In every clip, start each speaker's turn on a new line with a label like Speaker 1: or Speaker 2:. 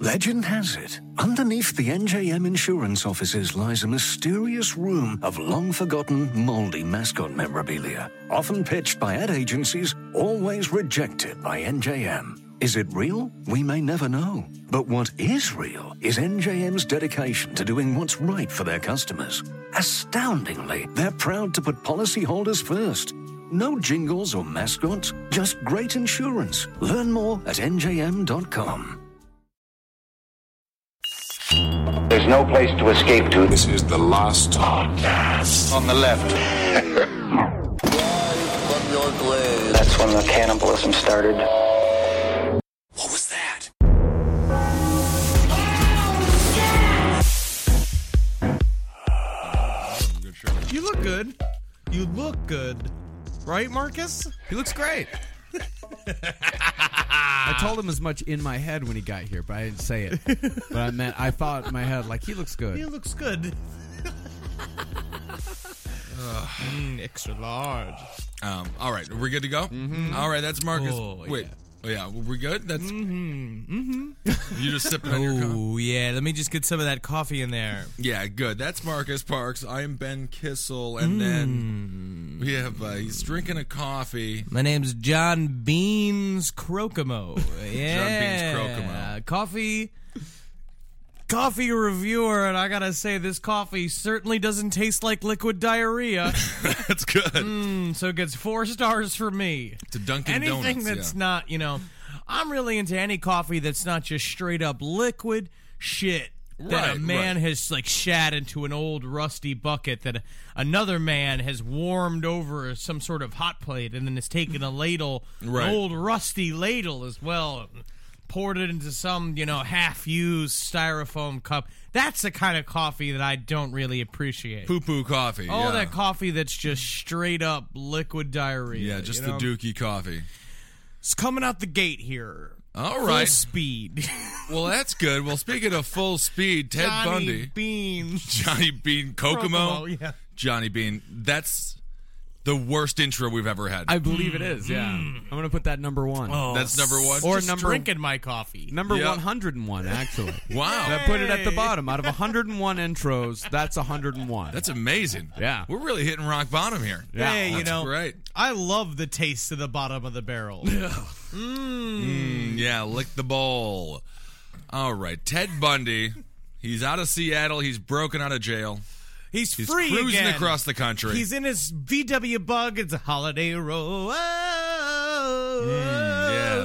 Speaker 1: Legend has it, underneath the NJM insurance offices lies a mysterious room of long forgotten, moldy mascot memorabilia, often pitched by ad agencies, always rejected by NJM. Is it real? We may never know. But what is real is NJM's dedication to doing what's right for their customers. Astoundingly, they're proud to put policyholders first. No jingles or mascots, just great insurance. Learn more at njm.com.
Speaker 2: There's no place to escape to. This is the last
Speaker 3: podcast on the left.
Speaker 2: That's when the cannibalism started.
Speaker 3: What was that?
Speaker 4: You look good. You look good. Right, Marcus? He looks great.
Speaker 5: I told him as much in my head when he got here, but I didn't say it. but I meant I thought in my head like he looks good.
Speaker 4: He looks good.
Speaker 6: Mm,
Speaker 7: extra large. Um, all right, we're good to go. All right, that's Marcus. Wait, oh, yeah, we're good. That's you just sipping on your cup.
Speaker 6: Oh yeah, let me just get some of that coffee in there.
Speaker 7: Yeah, good. That's Marcus Parks. I am Ben Kissel, and
Speaker 6: Hmm.
Speaker 7: then we have uh, he's drinking a coffee.
Speaker 6: My name's John Beans Crocomo. Yeah,
Speaker 7: Crocomo.
Speaker 6: Coffee, coffee reviewer, and I gotta say this coffee certainly doesn't taste like liquid diarrhea.
Speaker 7: That's good.
Speaker 6: Mm, so it gets four stars for me.
Speaker 7: To Dunkin'
Speaker 6: Anything
Speaker 7: Donuts,
Speaker 6: that's
Speaker 7: yeah.
Speaker 6: not, you know, I'm really into any coffee that's not just straight up liquid shit. That
Speaker 7: Right,
Speaker 6: a man
Speaker 7: right.
Speaker 6: has like shat into an old rusty bucket that another man has warmed over some sort of hot plate and then has taken a ladle,
Speaker 7: Right.
Speaker 6: an old rusty ladle as well, poured it into some you know half used styrofoam cup. That's the kind of coffee that I don't really appreciate.
Speaker 7: Poo poo coffee.
Speaker 6: All
Speaker 7: yeah.
Speaker 6: Oh, that coffee that's just straight up liquid diarrhea.
Speaker 7: Yeah, just
Speaker 6: you
Speaker 7: the
Speaker 6: know?
Speaker 7: Dookie coffee.
Speaker 6: It's coming out the gate here.
Speaker 7: All
Speaker 6: Full
Speaker 7: right.
Speaker 6: speed.
Speaker 7: Well, that's good. Well, speaking of full speed, Ted
Speaker 6: Johnny
Speaker 7: Bundy,
Speaker 6: Beans.
Speaker 7: Johnny Bean Kokomo,
Speaker 6: Kokomo, yeah.
Speaker 7: Johnny Bean. That's the worst intro we've ever had.
Speaker 5: I believe it is. Yeah, I'm gonna put that number one.
Speaker 7: Oh. that's number one.
Speaker 5: Or
Speaker 6: Just
Speaker 5: number-
Speaker 6: drinking my coffee.
Speaker 5: Number
Speaker 7: Yeah.
Speaker 5: 101, actually.
Speaker 7: wow,
Speaker 5: I put it at the bottom. Out of 101 intros, that's 101.
Speaker 7: that's amazing.
Speaker 5: Yeah.
Speaker 7: we're really hitting rock bottom here.
Speaker 5: Yeah,
Speaker 6: hey, you
Speaker 7: that's
Speaker 6: know,
Speaker 7: great.
Speaker 6: I love the taste of the bottom of the barrel.
Speaker 7: Yeah, lick the bowl. All right, Ted Bundy. He's out of Seattle. He's broken out of jail.
Speaker 6: He's,
Speaker 7: He's
Speaker 6: free
Speaker 7: cruising
Speaker 6: again.
Speaker 7: across the country.
Speaker 6: He's in his VW bug. It's a holiday row.
Speaker 7: Mm,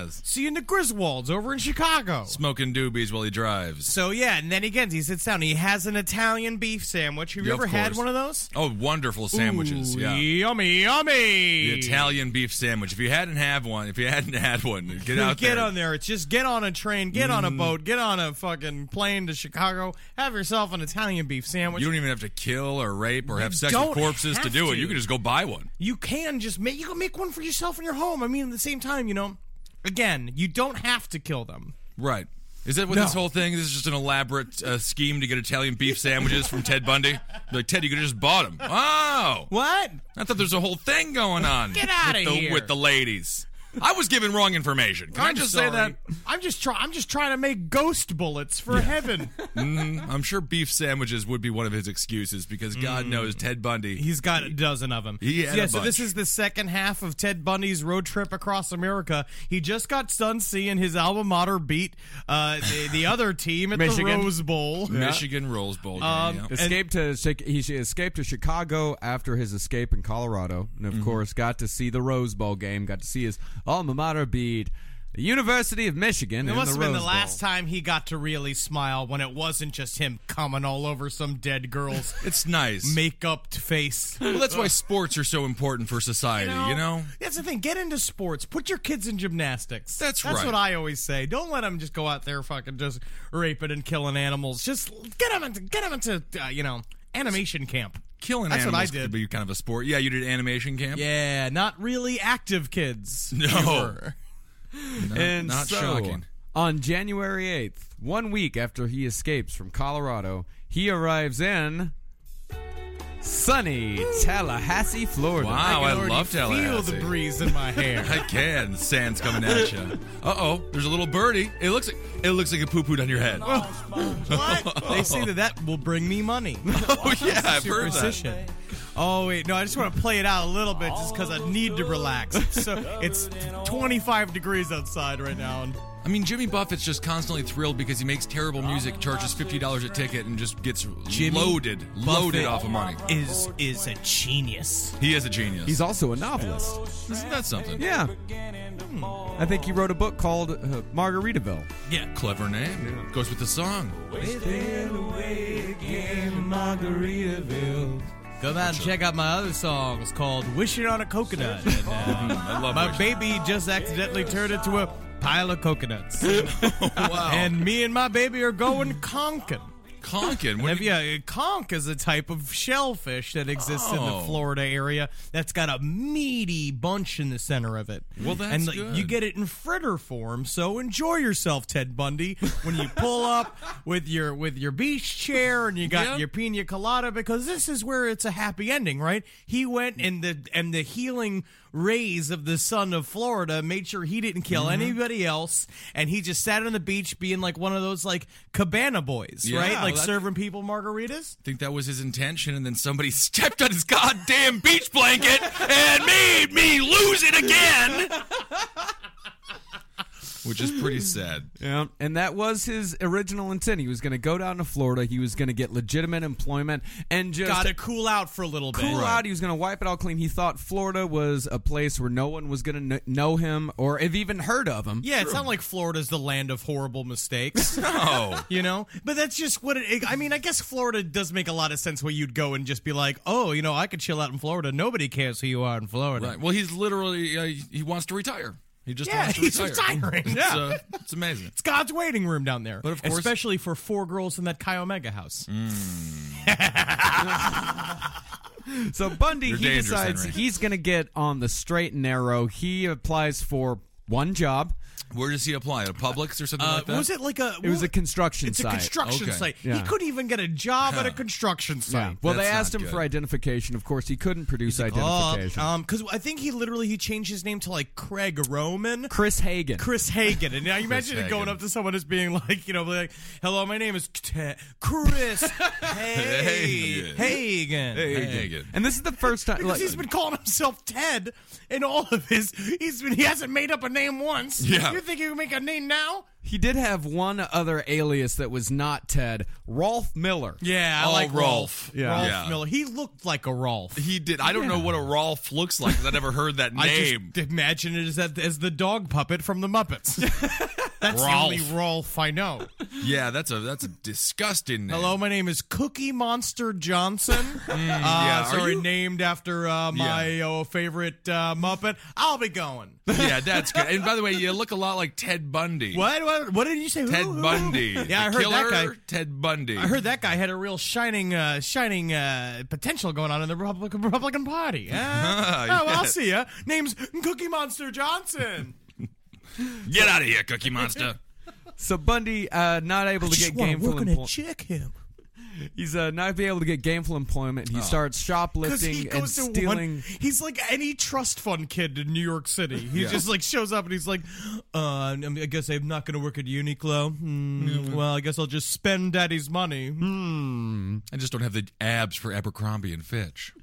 Speaker 7: yes.
Speaker 6: Seeing the Griswolds over in Chicago.
Speaker 7: smoking doobies while he drives.
Speaker 6: So yeah, and then again, he sits down. He has an Italian beef sandwich. Have you
Speaker 7: Yeah, of
Speaker 6: ever had
Speaker 7: course.
Speaker 6: one of those?
Speaker 7: Oh, wonderful sandwiches.
Speaker 6: Ooh,
Speaker 7: yeah.
Speaker 6: Yummy, yummy.
Speaker 7: The Italian beef sandwich. If you hadn't had one, if you hadn't had one, get
Speaker 6: Dude,
Speaker 7: out
Speaker 6: get
Speaker 7: there. Mm.
Speaker 6: on there. It's just get on a train, get on a boat, get on a fucking plane to Chicago. Have yourself an Italian beef sandwich.
Speaker 7: You
Speaker 6: You,
Speaker 7: don't even have to kill or rape or have sex with
Speaker 6: don't
Speaker 7: corpses to
Speaker 6: have
Speaker 7: do it.
Speaker 6: to.
Speaker 7: You can just go buy one.
Speaker 6: can just make you can make one for yourself in your home. I mean, at the same time, you know, again, you don't have to kill them.
Speaker 7: Right. Is that what this whole thing? This is just an elaborate uh, scheme to get Italian beef sandwiches from Ted Bundy. Like Ted, you could have just bought Oh! them. Wow.
Speaker 6: What?
Speaker 7: I thought there's a whole thing going on.
Speaker 6: Get outta
Speaker 7: with the-
Speaker 6: here.
Speaker 7: with the ladies. I was given wrong information. Can i
Speaker 6: I'm
Speaker 7: just
Speaker 6: sorry.
Speaker 7: say that?
Speaker 6: I'm just try I'm just trying to make ghost bullets for heaven.
Speaker 7: I'm sure beef sandwiches would be one of his excuses because God knows Ted Bundy.
Speaker 6: Mm. He's got a dozen of them.
Speaker 7: He had
Speaker 6: yeah,
Speaker 7: a
Speaker 6: so
Speaker 7: bunch.
Speaker 6: this is the second half of Ted Bundy's road trip across America. He just got done seeing his alma mater beat uh, the, the other team at the
Speaker 5: Michigan.
Speaker 6: Rose Bowl.
Speaker 7: Michigan Rolls Bowl. game,
Speaker 6: Um,
Speaker 7: yeah.
Speaker 5: escaped to Chi- he escaped to Chicago after his escape in
Speaker 7: Mm-hmm.
Speaker 5: Colorado, and of course got to see the Rose Bowl game. Got to see his alma mater beat. The University of Michigan.
Speaker 6: It
Speaker 5: in
Speaker 6: must
Speaker 5: the
Speaker 6: have been the
Speaker 5: Rose
Speaker 6: last
Speaker 5: Bowl.
Speaker 6: time he got to really smile when it wasn't just him coming all over some dead girl's
Speaker 7: It's nice.
Speaker 6: makeup face.
Speaker 7: well, that's why sports are so important for society. You know,
Speaker 6: That's the thing. Get into sports. Put your kids in gymnastics.
Speaker 7: That's
Speaker 6: That's
Speaker 7: right.
Speaker 6: what I always say. Don't let them just go out there fucking just raping and killing animals. Just get them into get them into uh, you know animation camp.
Speaker 7: killing
Speaker 6: That's what
Speaker 7: animals
Speaker 6: I
Speaker 7: could
Speaker 6: did.
Speaker 7: be kind of a sport. Yeah, you did animation camp.
Speaker 6: Yeah, not really active kids.
Speaker 7: No.
Speaker 6: You were.
Speaker 7: Not-
Speaker 5: And
Speaker 7: not
Speaker 5: so,
Speaker 7: shocking.
Speaker 5: on January 8th, one week after he escapes from Colorado, he arrives in sunny Tallahassee, Florida.
Speaker 7: Wow, I,
Speaker 6: already
Speaker 7: love Tallahassee.
Speaker 6: Feel the breeze in my hair.
Speaker 7: I can. Sand's coming at you. Uh oh, there's a little birdie. It looks like it looks like it poo pooed on your head. Oh,
Speaker 6: what? They say that that will bring me money.
Speaker 7: Oh, yeah, I've heard that.
Speaker 6: Superstition. Oh wait, no! I just want to play it out a little bit, just because I need to relax. So it's 25 degrees outside right now, and
Speaker 7: I mean, Jimmy Buffett's just constantly thrilled because he makes terrible music, charges fifty dollars a ticket, and just gets
Speaker 6: Jimmy
Speaker 7: loaded,
Speaker 6: Buffett
Speaker 7: loaded off of money.
Speaker 6: is is a genius.
Speaker 7: He is a genius.
Speaker 5: He's also a novelist.
Speaker 7: Isn't that something?
Speaker 5: Yeah. Hmm. I think he wrote a book called uh, Margaritaville.
Speaker 6: Yeah,
Speaker 7: Clever name. Goes with the song.
Speaker 6: Go out and check out my other song. It's called Wishing on a Coconut. And, uh,
Speaker 7: Hmm, I love
Speaker 6: my
Speaker 7: Wish-
Speaker 6: baby just accidentally turned into a pile of coconuts.
Speaker 7: Wow.
Speaker 6: and me and my baby are going conking.
Speaker 7: Conkin. What
Speaker 6: If
Speaker 7: do you-
Speaker 6: you, uh, conch is a type of shellfish that exists in
Speaker 7: Oh.
Speaker 6: the Florida area that's got a meaty bunch in the center of it.
Speaker 7: Well, that's
Speaker 6: and like,
Speaker 7: good.
Speaker 6: you get it in fritter form, so enjoy yourself, Ted Bundy, when you pull up with your with your beach chair and you got
Speaker 7: Yeah.
Speaker 6: your pina colada because this is where it's a happy ending, right? He went and the and the healing rays of the sun of Florida made sure he didn't kill
Speaker 7: Mm-hmm.
Speaker 6: anybody else, and he just sat on the beach being like one of those like cabana boys,
Speaker 7: Yeah,
Speaker 6: right?
Speaker 7: well,
Speaker 6: Like
Speaker 7: that's-
Speaker 6: serving people margaritas.
Speaker 7: think that was his intention, and then somebody stepped on his goddamn beach blanket and made me lose it again. Which is pretty sad.
Speaker 5: Yeah. And that was his original intent. He was going to go down to Florida. He was going to get legitimate employment and just
Speaker 6: Got to cool out for a little bit.
Speaker 5: cool out. He was going to wipe it all clean. He thought Florida was a place where no one was going to kn- know him or have even heard of him.
Speaker 6: Yeah, it's not like Florida's the land of horrible mistakes.
Speaker 7: Oh.
Speaker 6: You know, but that's just what it. I mean, I guess Florida does make a lot of sense where you'd go and just be like, "Oh, you know, I could chill out in Florida. Nobody cares who you are in Florida."
Speaker 7: Right. Well, he's literally, uh, he wants to retire. He just
Speaker 6: Yeah,
Speaker 7: wants to
Speaker 6: he's
Speaker 7: retire.
Speaker 6: retiring.
Speaker 7: It's,
Speaker 6: Yeah.
Speaker 7: uh, it's amazing.
Speaker 6: It's God's waiting room down there,
Speaker 7: But of course-
Speaker 6: especially for four girls in that Chi Omega house.
Speaker 5: So Bundy,
Speaker 7: You're
Speaker 5: he
Speaker 7: dangerous,
Speaker 5: decides
Speaker 7: Henry.
Speaker 5: he's going to get on the straight and narrow. He applies for one job.
Speaker 7: Where does he apply? At Publix or something
Speaker 6: Uh,
Speaker 7: like that?
Speaker 6: was it like a?
Speaker 5: It was a construction
Speaker 6: It's
Speaker 5: site.
Speaker 6: a construction
Speaker 7: Okay.
Speaker 6: site. He
Speaker 5: Yeah.
Speaker 6: couldn't even get a job at a construction site.
Speaker 5: Yeah. Well, they
Speaker 7: That's
Speaker 5: asked
Speaker 7: not
Speaker 5: him for
Speaker 7: good.
Speaker 5: identification. Of course, he couldn't produce
Speaker 6: because
Speaker 5: identification.
Speaker 6: Uh, um, I think he literally he changed his name to like Craig Roman.
Speaker 5: Chris Hagen.
Speaker 6: Chris Hagen, and now you imagine it going
Speaker 7: Hagen.
Speaker 6: up to someone as being like, you know, like, "Hello, my name is T- Chris Hagen."
Speaker 7: Hagen.
Speaker 6: Hagen.
Speaker 7: Hey, Hagen.
Speaker 5: and this is the first time.
Speaker 6: Because
Speaker 5: like,
Speaker 6: he's been calling himself Ted in all of his. He's been, he hasn't made up a name once.
Speaker 7: Yeah.
Speaker 6: You think he can make a name now?
Speaker 5: he did have one other alias that was not Ted, Rolf Miller.
Speaker 6: Yeah,
Speaker 7: I Oh, like Rolf. Rolf.
Speaker 6: Yeah.
Speaker 7: Yeah.
Speaker 6: Rolf
Speaker 7: Yeah.
Speaker 6: Miller. He looked like a Rolf.
Speaker 7: He did. I don't know what a Rolf looks like 'cause I never heard that
Speaker 6: I
Speaker 7: name.
Speaker 6: just imagine it as, that, as the dog puppet from the Muppets. That's the
Speaker 7: Rolf.
Speaker 6: only Rolf I know.
Speaker 7: yeah, that's a that's a disgusting name.
Speaker 6: Hello, my name is Cookie Monster Johnson. uh,
Speaker 7: Mm, yeah, are
Speaker 6: sorry,
Speaker 7: you-
Speaker 6: named after uh, my
Speaker 7: Yeah.
Speaker 6: oh, favorite uh, Muppet. I'll be going.
Speaker 7: Yeah, that's good. And by the way, you look a lot like Ted Bundy.
Speaker 6: What? What, what did you say? Who?
Speaker 7: Ted
Speaker 6: Who?
Speaker 7: Bundy.
Speaker 6: Yeah, I
Speaker 7: The
Speaker 6: heard that
Speaker 7: killer,
Speaker 6: guy.
Speaker 7: Ted Bundy.
Speaker 6: I heard that guy had a real shining, uh, shining uh, potential going on in the Republican Republican Party. Uh, oh, well, I'll
Speaker 7: yes.
Speaker 6: see ya. Name's Cookie Monster Johnson.
Speaker 7: Get out of here, Cookie Monster.
Speaker 5: So Bundy, uh, not able to get gameful employment.
Speaker 6: check him
Speaker 5: He's uh, not be able to get gameful employment. He starts
Speaker 6: because
Speaker 5: shoplifting
Speaker 6: Oh. he
Speaker 5: and
Speaker 6: goes to
Speaker 5: stealing.
Speaker 6: one. He's like any trust fund kid in New York City. He just like shows up and he's like, uh, I mean, I guess I'm not going to work at Uniqlo. Hmm, Well, I guess I'll just spend Daddy's money. Hmm.
Speaker 7: I just don't have the abs for Abercrombie and Fitch.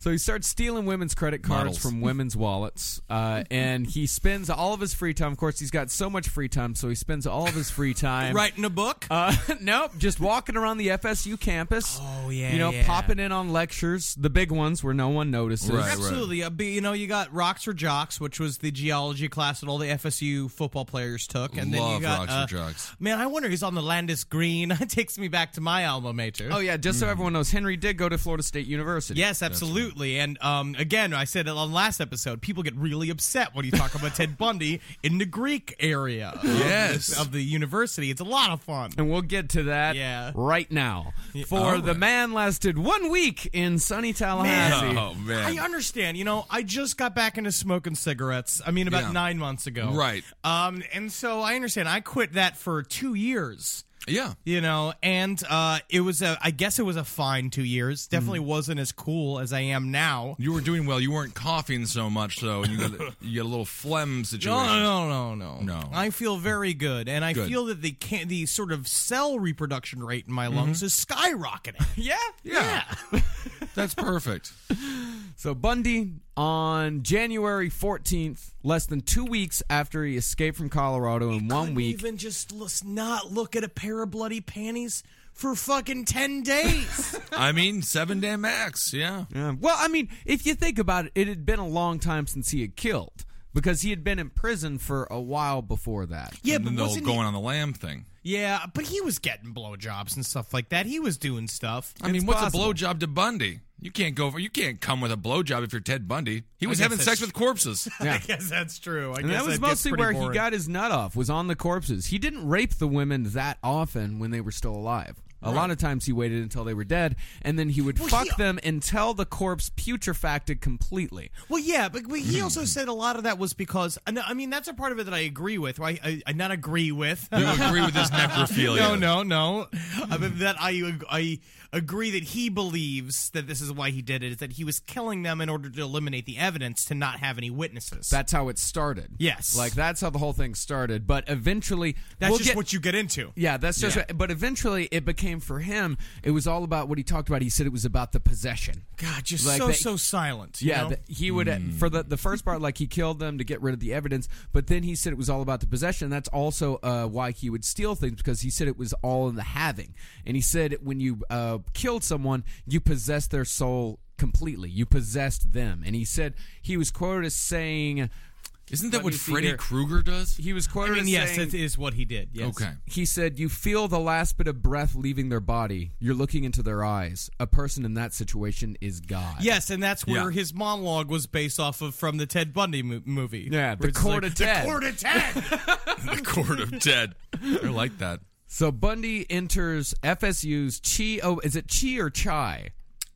Speaker 5: So he starts stealing women's credit cards
Speaker 7: Models.
Speaker 5: from women's wallets, uh, and he spends all of his free time. Of course, he's got so much free time, so he spends all of his free time
Speaker 6: Writing a book?
Speaker 5: Uh, nope, just walking around the FSU campus. Oh
Speaker 6: yeah,
Speaker 5: you know,
Speaker 6: yeah.
Speaker 5: popping in on lectures, the big ones where no one notices.
Speaker 7: Right, right.
Speaker 6: Absolutely. Uh, but, you know, you got Rocks or Jocks, which was the geology class that all the FSU football players took. And then you
Speaker 7: Love
Speaker 6: got.
Speaker 7: Rocks
Speaker 6: uh,
Speaker 7: or Jocks.
Speaker 6: Man, I wonder who's on the Landis Green. It takes me back to my alma mater.
Speaker 5: Oh yeah,
Speaker 6: Mm.
Speaker 5: just so everyone knows, Henry did go to Florida State University.
Speaker 6: Yes, absolutely. And um, again, I said it on last episode. People get really upset when you talk about Ted Bundy in the Greek area. of
Speaker 7: Yes.
Speaker 6: this- of the university. It's a lot of fun. Oh,
Speaker 5: And we'll get to that
Speaker 6: Yeah.
Speaker 5: right now. For
Speaker 7: all
Speaker 5: the
Speaker 7: right.
Speaker 5: man lasted one week in sunny Tallahassee.
Speaker 7: Oh man.
Speaker 6: I understand. You know, I just got back into smoking cigarettes. I mean, about
Speaker 7: Yeah.
Speaker 6: nine months ago.
Speaker 7: Right.
Speaker 6: Um, and so I understand. I quit that for two years.
Speaker 7: Yeah.
Speaker 6: You know, and uh, it was a. I guess it was a fine two years. Definitely wasn't as cool as I am now.
Speaker 7: You were doing well. You weren't coughing so much, though, and you got, you got a little phlegm situation.
Speaker 6: No, no, no, no, no.
Speaker 7: No.
Speaker 6: I
Speaker 5: Hmm.
Speaker 6: feel very good, and I
Speaker 7: Good.
Speaker 6: feel that the can- the sort of cell reproduction rate in my
Speaker 5: Mm-hmm.
Speaker 6: lungs is skyrocketing.
Speaker 5: Yeah?
Speaker 7: Yeah. That's perfect.
Speaker 5: So Bundy on January 14th, less than 2 weeks after he escaped from Colorado in one
Speaker 6: Couldn't
Speaker 5: week.
Speaker 6: even just let's not look at a pair of bloody panties for fucking ten days.
Speaker 7: I mean, seven day max. Yeah.
Speaker 5: Yeah. Well, I mean, if you think about it, it had been a long time since he had killed because he had been in prison for a while before that.
Speaker 6: yeah,
Speaker 7: And
Speaker 6: but
Speaker 7: then the whole
Speaker 6: wasn't
Speaker 7: going on the lamb thing.
Speaker 6: he, yeah, but he was getting blowjobs and stuff like that. He was doing stuff.
Speaker 7: I mean,
Speaker 5: It's
Speaker 7: what's
Speaker 5: possible.
Speaker 7: a blowjob to Bundy? You can't go for. You can't come with a blowjob if you're Ted Bundy. He was
Speaker 6: guess
Speaker 7: having sex
Speaker 6: that's-
Speaker 7: with corpses.
Speaker 6: I guess that's true. I
Speaker 5: And
Speaker 6: guess
Speaker 5: that was
Speaker 6: gets
Speaker 5: mostly
Speaker 6: pretty
Speaker 5: where he
Speaker 6: boring.
Speaker 5: got his nut off was on the corpses. He didn't rape the women that often when they were still alive. A lot of times he waited until they were dead, and then he would
Speaker 6: Well,
Speaker 5: fuck
Speaker 6: he-
Speaker 5: them until the corpse putrefacted completely.
Speaker 6: Well, yeah, but, but
Speaker 5: Hmm.
Speaker 6: he also said a lot of that was because and I mean that's a part of it that I agree with. Right? I, I not agree with.
Speaker 7: you agree with this necrophilia?
Speaker 6: No, no, no. I mean, that I I agree that he believes that this is why he did it is that he was killing them in order to eliminate the evidence to not have any witnesses.
Speaker 5: That's how it started.
Speaker 6: Yes.
Speaker 5: like that's how the whole thing started. But eventually,
Speaker 6: that's
Speaker 5: we'll
Speaker 6: just
Speaker 5: get-
Speaker 6: what you get into.
Speaker 5: Yeah, that's just. Right. But eventually, it became for him. It was all about what he talked about. He said it was about the possession.
Speaker 6: God, just
Speaker 5: Like
Speaker 6: so
Speaker 5: that-
Speaker 6: so silent. you
Speaker 5: Yeah,
Speaker 6: know? Hmm.
Speaker 5: th- he would for the the first part, like he killed them to get rid of the evidence. But then he said it was all about the possession. That's also uh, why he would steal things because he said it was all in the having. And he said when you uh, killed someone, you possessed their soul completely. You possessed them. And he said he was quoted as saying
Speaker 7: Isn't that
Speaker 5: Let
Speaker 7: what
Speaker 5: me see
Speaker 7: Freddy
Speaker 5: here.
Speaker 7: Krueger does?
Speaker 5: he was
Speaker 6: I
Speaker 5: quoted
Speaker 6: mean,
Speaker 5: as
Speaker 6: yes,
Speaker 5: saying.
Speaker 6: that is what he did. Yes.
Speaker 7: Okay.
Speaker 5: he said, You feel the last bit of breath leaving their body. You're looking into their eyes. A person in that situation is God.
Speaker 6: Yes, and that's where
Speaker 7: Yeah.
Speaker 6: his monologue was based off of from the Ted Bundy mo- movie.
Speaker 5: Yeah,
Speaker 6: Where
Speaker 5: the
Speaker 6: it's
Speaker 5: court
Speaker 6: like,
Speaker 5: of Ted.
Speaker 6: The court of Ted.
Speaker 7: the court of Ted. They're like that.
Speaker 5: So Bundy enters FSU's Chi. Oh, is it Chi or Chai?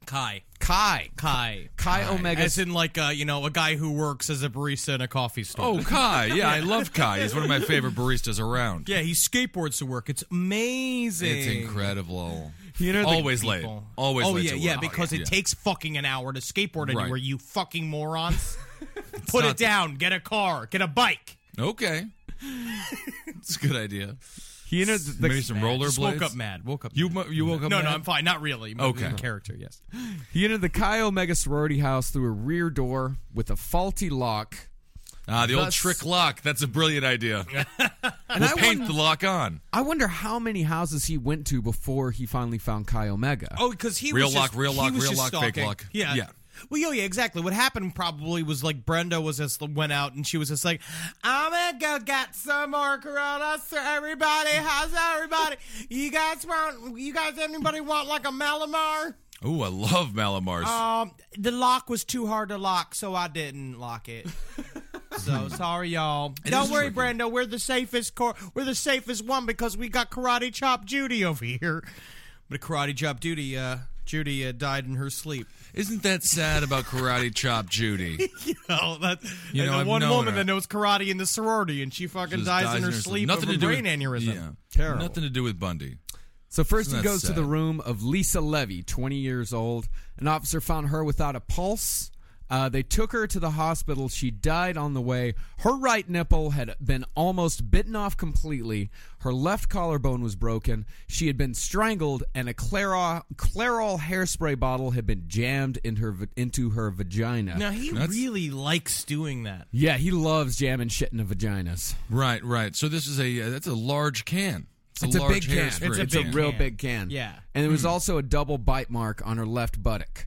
Speaker 6: Kai.
Speaker 5: Kai.
Speaker 6: Kai.
Speaker 5: Kai Omega.
Speaker 6: As in, like, uh, you know, a guy who works as a barista in a coffee store.
Speaker 7: Oh, Kai. Yeah, I love Kai. He's one of my favorite baristas around.
Speaker 6: Yeah, he skateboards to work. It's amazing.
Speaker 7: It's incredible.
Speaker 5: You know the
Speaker 7: always late.
Speaker 6: People.
Speaker 7: Always
Speaker 6: oh,
Speaker 7: late.
Speaker 6: yeah,
Speaker 7: to
Speaker 6: yeah,
Speaker 7: work.
Speaker 6: because it
Speaker 7: Yeah.
Speaker 6: takes fucking an hour to skateboard
Speaker 7: Right.
Speaker 6: anywhere, you fucking morons. Put
Speaker 7: not-
Speaker 6: it down. Get a car. Get a bike.
Speaker 7: Okay. It's a good idea.
Speaker 5: he enters
Speaker 7: Maybe
Speaker 5: the,
Speaker 7: some rollerblades.
Speaker 6: Woke up mad. Woke up.
Speaker 7: You
Speaker 6: mad.
Speaker 7: mo- you woke up.
Speaker 6: no, no,
Speaker 7: mad?
Speaker 6: I'm fine. Not really.
Speaker 7: Okay.
Speaker 6: In character. Yes.
Speaker 5: he entered the Chi Omega sorority house through a rear door with a faulty lock.
Speaker 7: Ah, the old
Speaker 5: Thus-
Speaker 7: trick lock. That's a brilliant idea.
Speaker 5: And
Speaker 7: We'll
Speaker 5: I,
Speaker 7: paint
Speaker 5: wonder,
Speaker 7: the lock on.
Speaker 5: I wonder how many houses he went to before he finally found Chi Omega.
Speaker 6: Oh, because he
Speaker 7: Real
Speaker 6: was
Speaker 7: lock,
Speaker 6: just,
Speaker 7: real
Speaker 6: he
Speaker 7: lock,
Speaker 6: was
Speaker 7: real
Speaker 6: just
Speaker 7: lock, fake
Speaker 6: stalking.
Speaker 7: lock.
Speaker 6: Yeah.
Speaker 7: Yeah.
Speaker 6: Well, yeah, yeah, exactly. What happened probably was like Brenda was just went out and she was just like, "I'm gonna go get some more Coronas for everybody. How's everybody? You guys want? You guys, anybody want like a Malamar?
Speaker 7: Ooh, I love Malamars.
Speaker 6: Um, the lock was too hard to lock, so I didn't lock it. so sorry, y'all. Don't worry, Brenda. We're the safest core. We're the safest one because we got Karate Chop Judy over here. But Karate Chop Judy, uh, Judy uh, died in her sleep.
Speaker 7: Isn't that sad about Karate Chop Judy?
Speaker 6: Oh, that
Speaker 7: You
Speaker 6: and
Speaker 7: know,
Speaker 6: the
Speaker 7: I've
Speaker 6: one
Speaker 7: known
Speaker 6: woman
Speaker 7: her.
Speaker 6: that knows karate in the sorority, and she fucking
Speaker 7: Just
Speaker 6: dies, in her sleep
Speaker 7: Nothing
Speaker 6: of
Speaker 7: to
Speaker 6: a
Speaker 7: do
Speaker 6: brain
Speaker 7: with,
Speaker 6: aneurysm.
Speaker 7: Yeah.
Speaker 5: Terrible.
Speaker 7: Nothing to do with Bundy.
Speaker 5: So first he
Speaker 7: Isn't that
Speaker 5: goes to
Speaker 7: sad?
Speaker 5: the room of Lisa Levy, 20 years old. An officer found her without a pulse, Uh, they took her to the hospital. She died on the way. Her right nipple had been almost bitten off completely. Her left collarbone was broken. She had been strangled, and a Clairol, Clairol hairspray bottle had been jammed in her, va- into her vagina.
Speaker 6: Now he really likes doing that.
Speaker 5: Yeah, he loves jamming shit into vaginas.
Speaker 7: Right, right. So this is a uh, that's a large can. It's a,
Speaker 5: It's a
Speaker 7: large
Speaker 5: big can. It's
Speaker 7: hairspray
Speaker 5: a,
Speaker 7: can.
Speaker 5: real big can.
Speaker 6: Yeah.
Speaker 5: And there was also a double bite mark on her left buttock. And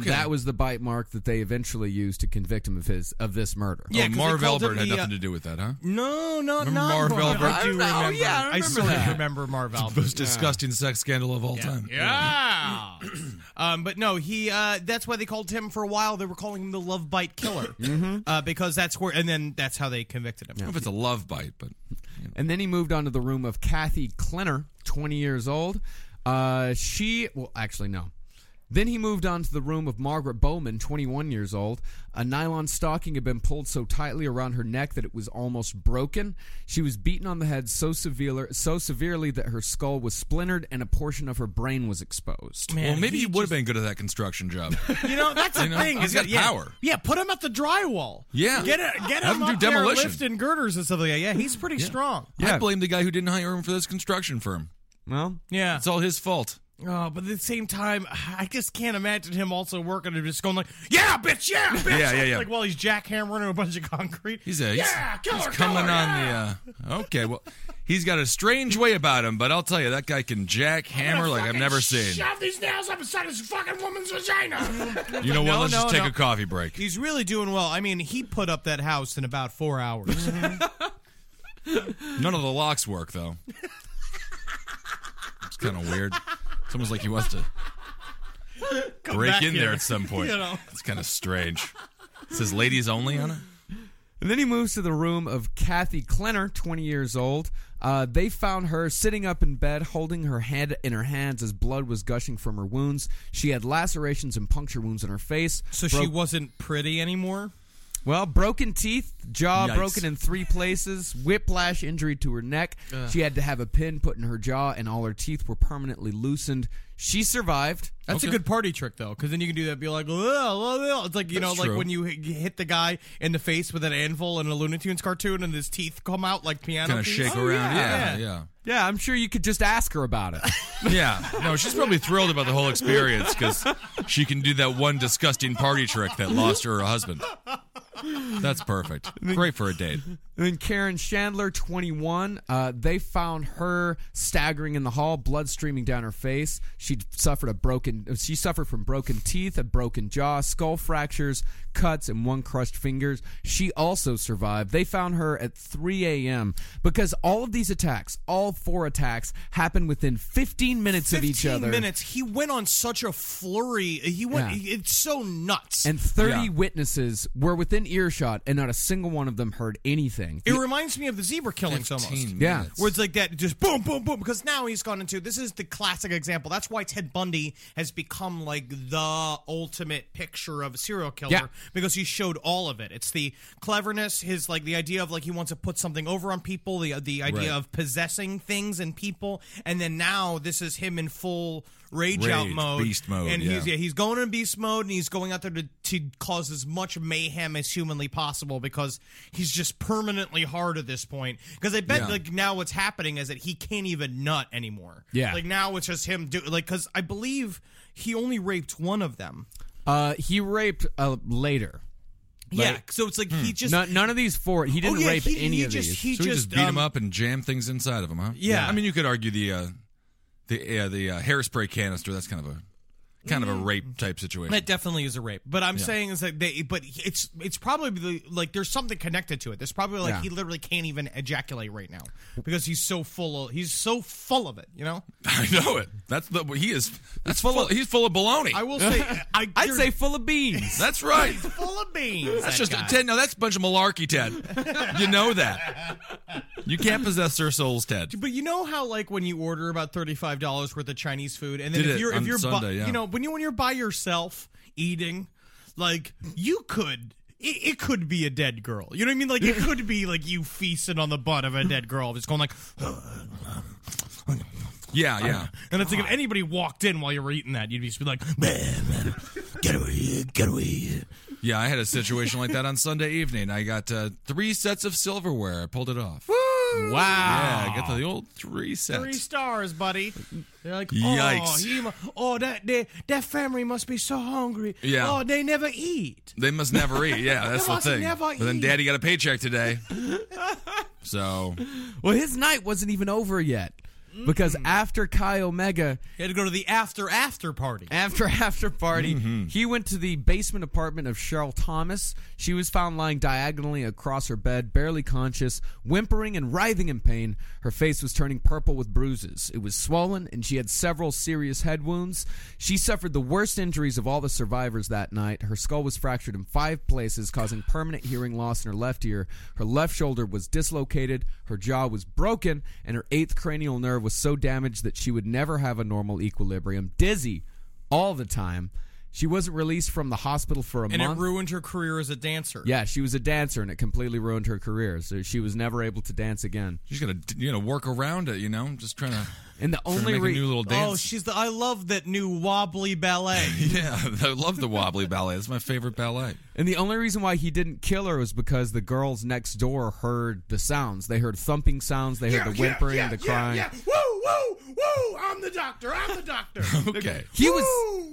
Speaker 7: Okay. Oh,
Speaker 5: that was the bite mark that they eventually used to convict him of his of this murder.
Speaker 6: Yeah,
Speaker 7: oh,
Speaker 6: 'cause they
Speaker 7: Marv
Speaker 6: called him
Speaker 7: Albert had
Speaker 6: the, uh,
Speaker 7: nothing to do with that, huh?
Speaker 6: No, no,
Speaker 7: Remember
Speaker 6: not
Speaker 7: Marv Albert?
Speaker 6: I do
Speaker 7: I know,
Speaker 6: remember.
Speaker 7: yeah, I remember
Speaker 6: swear
Speaker 7: that.
Speaker 6: I remember Marv Albert.
Speaker 7: Most disgusting sex scandal of all time.
Speaker 6: Yeah. um, but no, he. Uh, that's why they called him for a while. They were calling him the Love Bite Killer
Speaker 7: Mm-hmm.
Speaker 6: uh, because that's where, and then that's how they convicted him.
Speaker 7: I don't know if it's a love bite, but
Speaker 5: And then he moved on to the room of Kathy Klenner, 20 years old. Uh, she, well, actually, no. Then he moved on to the room of Margaret Bowman, 21 years old. A nylon stocking had been pulled so tightly around her neck that it was almost broken. She was beaten on the head so, severe, so severely that her skull was splintered and a portion of her brain was exposed.
Speaker 7: well, maybe he would have been good at that construction job.
Speaker 6: You know, that's the
Speaker 7: You know,
Speaker 6: thing.
Speaker 7: he's
Speaker 6: is
Speaker 7: got
Speaker 6: that- yeah,
Speaker 7: power.
Speaker 6: Yeah, put him at the drywall.
Speaker 7: Yeah.
Speaker 6: get it, get
Speaker 7: Have
Speaker 6: him
Speaker 7: him do
Speaker 6: up there
Speaker 7: demolition.
Speaker 6: lifting girders and stuff like that. Yeah, he's pretty strong.
Speaker 7: I blame the guy who didn't hire him for this construction firm.
Speaker 5: Well,
Speaker 6: Yeah.
Speaker 7: It's all his fault.
Speaker 6: Oh, but at the same time, I just can't imagine him also working and just going like, "Yeah, bitch, yeah, bitch."
Speaker 7: Yeah, yeah, yeah.
Speaker 6: Like while he's jackhammering a bunch of concrete.
Speaker 7: He's a he's,
Speaker 6: yeah, killer,
Speaker 7: he's coming
Speaker 6: killer,
Speaker 7: on
Speaker 6: yeah.
Speaker 7: the. Uh, okay, well, he's got a strange way about him, but I'll tell you that guy can jack hammer like I've never seen.
Speaker 6: Shove these nails up inside his fucking woman's vagina.
Speaker 7: You know what?
Speaker 6: No,
Speaker 7: Let's just
Speaker 6: no,
Speaker 7: take
Speaker 6: no.
Speaker 7: a coffee break.
Speaker 6: He's really doing well. I mean, he put up that house in about four hours.
Speaker 7: None of the locks work though. it's kind of weird. It's almost like he wants to break
Speaker 6: back
Speaker 7: in
Speaker 6: here.
Speaker 7: there at some point.
Speaker 6: You know.
Speaker 7: It's kind of strange. It says ladies only on it.
Speaker 5: And then he moves to the room of Kathy Klenner, 20 years old. Uh, they found her sitting up in bed, holding her head in her hands as blood was gushing from her wounds. She had lacerations and puncture wounds on her face.
Speaker 6: so she wasn't pretty anymore.
Speaker 5: Well, broken teeth, jaw
Speaker 7: Yikes.
Speaker 5: broken in three places, whiplash injury to her neck. She had to have a pin put in her jaw, and all her teeth were permanently loosened. She survived.
Speaker 6: That's a
Speaker 7: Okay.
Speaker 6: good party trick though, because then you can do that. Be like, "Ugh, ugh, ugh." it's like you
Speaker 7: That's
Speaker 6: know,
Speaker 7: true.
Speaker 6: like when you h- hit the guy in the face with an anvil in a Looney Tunes cartoon, and his teeth come out like piano.
Speaker 7: Kind of
Speaker 6: keys.
Speaker 7: shake
Speaker 6: Oh,
Speaker 7: around.
Speaker 6: yeah,
Speaker 7: yeah.
Speaker 5: Yeah, I'm sure you could just ask her about it.
Speaker 7: Yeah. No, she's probably thrilled about the whole experience because she can do that one disgusting party trick that lost her her husband. That's perfect. Great for a date.
Speaker 5: And then Karen Chandler, 21, uh, they found her staggering in the hall, blood streaming down her face. She suffered a broken. She suffered from broken teeth, a broken jaw, skull fractures, cuts, and one crushed fingers. She also survived. They found her at 3 a.m. because all of these attacks, all four attacks, happened within 15 minutes of each
Speaker 6: 15
Speaker 5: other.
Speaker 6: minutes. He went on such a flurry. He went.
Speaker 5: Yeah.
Speaker 6: It's so nuts.
Speaker 5: And 30
Speaker 7: Yeah.
Speaker 5: witnesses were within earshot, and not a single one of them heard anything.
Speaker 6: it reminds me of the zebra killings almost.
Speaker 5: Yeah.
Speaker 7: minutes.
Speaker 6: Where it's like that, just boom, boom, boom. Because now he's gone into this is the classic example. That's why Ted Bundy has become like the ultimate picture of a serial killer
Speaker 5: Yeah.
Speaker 6: because he showed all of it. It's the cleverness, his like the idea of like he wants to put something over on people, the the idea
Speaker 7: Right.
Speaker 6: of possessing things and people, and then now this is him in full rage, out
Speaker 7: Rage,
Speaker 6: mode,
Speaker 7: beast mode,
Speaker 6: and he's
Speaker 7: yeah.
Speaker 6: yeah he's going in beast mode and he's going out there to, to cause as much mayhem as humanly possible because he's just permanently hard at this point. Because I bet
Speaker 7: Yeah.
Speaker 6: like now what's happening is that he can't even nut anymore.
Speaker 5: Yeah.
Speaker 6: like now it's just him do like because I believe he only raped one of them.
Speaker 5: Uh, he raped uh, later.
Speaker 6: yeah, so it's like he just
Speaker 5: None, none of these four. hmm. He
Speaker 6: Oh,
Speaker 5: didn't
Speaker 6: yeah,
Speaker 5: rape
Speaker 6: he-
Speaker 5: any
Speaker 6: he
Speaker 5: of
Speaker 6: just,
Speaker 5: these.
Speaker 6: He
Speaker 7: So we
Speaker 6: just,
Speaker 7: just beat him
Speaker 6: um,
Speaker 7: up and jam things inside of him, huh?
Speaker 6: Yeah.
Speaker 7: I mean, you could argue the uh, the uh, the uh, hairspray canister. That's kind of a kind of a rape type situation.
Speaker 6: Mm. That definitely is a rape. But I'm saying is that they, but it's it's probably like there's something connected to it. There's probably like
Speaker 5: Yeah.
Speaker 6: he literally can't even ejaculate right now because he's so full of he's so full of it. You know,
Speaker 7: I know it. That's the he is. That's full. of, he's full of baloney.
Speaker 6: I will say I,
Speaker 5: I'd
Speaker 6: there's-
Speaker 5: say full of beans.
Speaker 7: that's right.
Speaker 6: full of beans.
Speaker 7: That's
Speaker 6: that
Speaker 7: just a,
Speaker 6: guy.
Speaker 7: Ted. No, that's a bunch of malarkey, Ted. You know that. You can't possess their souls, Ted.
Speaker 6: But you know how like when you order about thirty five dollars worth of Chinese food, and then
Speaker 7: Did
Speaker 6: if
Speaker 7: it
Speaker 6: you're if
Speaker 7: on
Speaker 6: you're bu-
Speaker 7: Sunday, yeah.
Speaker 6: you know when you when you're by yourself eating, like you could. It, it could be a dead girl. You know what I mean? Like it could be like you feasting on the butt of a dead girl, just going like.
Speaker 7: Yeah, yeah.
Speaker 6: And it's like if anybody walked in while you were eating that, you'd just be like, "Man, man, get away, get away."
Speaker 7: Yeah, I had a situation like that on Sunday evening. I got uh, three sets of silverware. I pulled it off.
Speaker 3: Wow.
Speaker 7: Yeah, I got the old three sets.
Speaker 3: Three stars, buddy. They're like, oh,
Speaker 7: Yikes.
Speaker 3: he mu- oh, that they, that family must be so hungry.
Speaker 7: Yeah.
Speaker 3: Oh, they never eat.
Speaker 7: They must never eat. Yeah, that's
Speaker 3: They
Speaker 7: the
Speaker 3: must
Speaker 7: thing.
Speaker 3: never
Speaker 7: but then
Speaker 3: eat.
Speaker 7: Daddy got a paycheck today, so
Speaker 5: Well, his night wasn't even over yet because
Speaker 3: Mm.
Speaker 5: after Kai Omega,
Speaker 3: You had to go to the after after party.
Speaker 5: after after party, he went to the basement apartment of Cheryl Thomas. She was found lying diagonally across her bed, barely conscious, whimpering and writhing in pain. Her face was turning purple with bruises. It was swollen, and she had several serious head wounds. She suffered the worst injuries of all the survivors that night. Her skull was fractured in five places, causing permanent hearing loss in her left ear. Her left shoulder was dislocated, her jaw was broken, and her eighth cranial nerve was so damaged that she would never have a normal equilibrium. Dizzy all the time. She wasn't released from the hospital for a
Speaker 3: and it
Speaker 5: month.
Speaker 3: ruined her career as a dancer.
Speaker 5: yeah, she was a dancer, and it completely ruined her career. So she was never able to dance again.
Speaker 7: she's gonna you know work around it. You know, just trying to
Speaker 5: And the
Speaker 7: trying to
Speaker 5: only
Speaker 7: make a new
Speaker 5: reason,
Speaker 7: little
Speaker 3: Oh,
Speaker 7: dance.
Speaker 3: she's the. I love that new wobbly ballet.
Speaker 7: yeah, I love the wobbly ballet. It's my favorite ballet.
Speaker 5: and the only reason why he didn't kill her was because the girls next door heard the sounds. They heard thumping sounds. They heard the whimpering, the crying.
Speaker 3: Woo, woo, woo! I'm the doctor. I'm the doctor.
Speaker 7: Okay,
Speaker 5: He was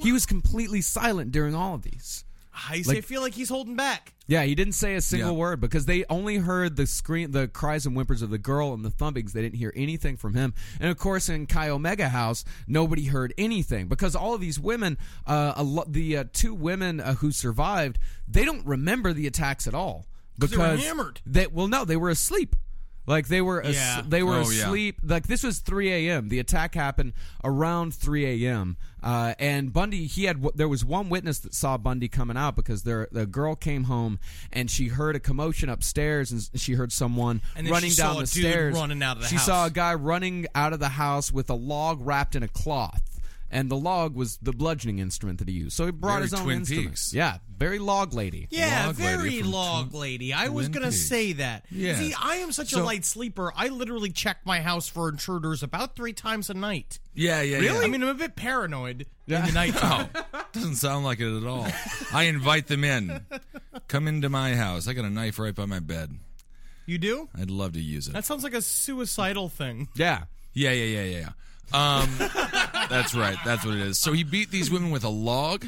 Speaker 5: he was completely silent during all of these.
Speaker 3: I say- feel like he's holding back.
Speaker 5: Yeah, he didn't say a single
Speaker 7: Yeah.
Speaker 5: word because they only heard the scream, the cries and whimpers of the girl and the thumpings. They didn't hear anything from him. And of course, in Chi Omega House, nobody heard anything because all of these women, uh, a lo- the uh, two women uh, who survived, they don't remember the attacks at all
Speaker 3: they were
Speaker 5: because
Speaker 3: hammered.
Speaker 5: They, well, no, they were asleep. Like they were, as-
Speaker 3: Yeah.
Speaker 5: they were
Speaker 7: Oh, yeah.
Speaker 5: asleep. Like this was 3 a.m. The attack happened around 3 a.m. Uh, and Bundy, he had there was one witness that saw Bundy coming out because there the girl came home and she heard a commotion upstairs and she heard someone
Speaker 3: And then
Speaker 5: running
Speaker 3: she
Speaker 5: down
Speaker 3: saw a
Speaker 5: the
Speaker 3: dude
Speaker 5: stairs.
Speaker 3: running out of the
Speaker 5: she
Speaker 3: house.
Speaker 5: saw a guy running out of the house with a log wrapped in a cloth. And the log was the bludgeoning instrument that he used. So he brought
Speaker 7: Very
Speaker 5: his own
Speaker 7: Twin
Speaker 5: instrument.
Speaker 7: Peaks.
Speaker 5: Yeah, very log lady.
Speaker 3: Yeah,
Speaker 7: Log lady
Speaker 3: very
Speaker 7: from
Speaker 3: log
Speaker 7: Twin-
Speaker 3: lady. I was
Speaker 7: Twin
Speaker 3: gonna
Speaker 7: Peaks.
Speaker 3: say that.
Speaker 7: Yeah.
Speaker 3: See, I am such a light sleeper. I literally check my house for intruders about three times a night.
Speaker 7: yeah, yeah,
Speaker 3: I
Speaker 7: yeah.
Speaker 3: mean, I'm a bit paranoid in the nighttime.
Speaker 7: Doesn't sound like it at all. I invite them in. Come into my house. I got a knife right by my bed.
Speaker 3: You do?
Speaker 7: I'd love to use it.
Speaker 3: That sounds like a suicidal thing.
Speaker 5: Yeah.
Speaker 7: Yeah, yeah, yeah, yeah, yeah. Um, that's right. That's what it is. So he beat these women with a log.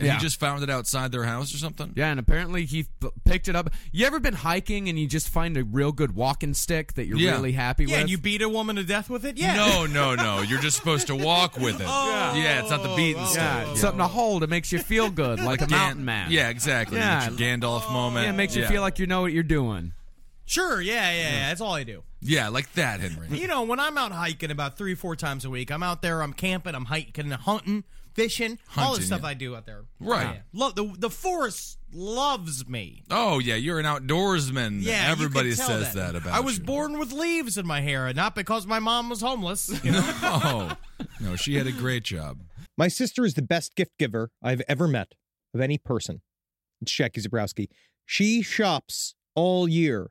Speaker 7: And
Speaker 5: Yeah.
Speaker 7: He just found it outside their house or something.
Speaker 5: Yeah, and apparently he p- picked it up. You ever been hiking and you just find a real good walking stick that you're
Speaker 7: Yeah.
Speaker 5: really happy
Speaker 3: Yeah,
Speaker 5: with?
Speaker 3: and you beat a woman to death with it? Yeah. Oh.
Speaker 7: No, no, no. You're just supposed to walk with it. Yeah, it's not the beaten stuff.
Speaker 5: yeah, something to hold. It makes you feel good, like a mountain man.
Speaker 7: Yeah, exactly. You
Speaker 5: Yeah.
Speaker 7: get your Gandalf moment.
Speaker 5: yeah, it makes you
Speaker 7: Yeah.
Speaker 5: feel like you know what you're doing.
Speaker 3: Sure, yeah, yeah, yeah. That's all I do.
Speaker 7: Yeah, like that, Henry.
Speaker 3: You know, when I'm out hiking about three, four times a week, I'm out there, I'm camping, I'm hiking, hunting, fishing, all the
Speaker 7: Hunting,
Speaker 3: stuff
Speaker 7: yeah.
Speaker 3: I do out there.
Speaker 7: Right.
Speaker 3: Yeah. Lo- the, the forest loves me.
Speaker 7: Oh yeah, you're an outdoorsman.
Speaker 3: Yeah, you
Speaker 7: everybody
Speaker 3: could tell
Speaker 7: says that. about.
Speaker 3: I was
Speaker 7: you.
Speaker 3: born with leaves in my hair, and not because my mom was homeless. You know?
Speaker 7: Oh no, she had a great job.
Speaker 6: My sister is the best gift giver I've ever met of any person. It's Jackie Zabrowski. She shops all year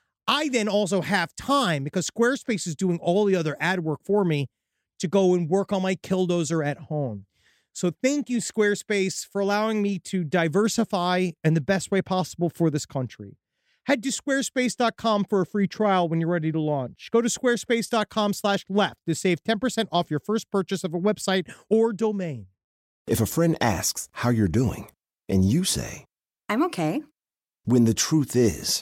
Speaker 8: I then also have time because Squarespace is doing all the other ad work for me to go and work on my killdozer at home. So thank you, Squarespace, for allowing me to diversify in the best way possible for this country. Head to squarespace.com for a free trial when you're ready to launch. Go to squarespace.com slash left to save 10% off your first purchase of a website or domain.
Speaker 9: If a friend asks how you're doing, and you say,
Speaker 10: I'm okay.
Speaker 9: when the truth is,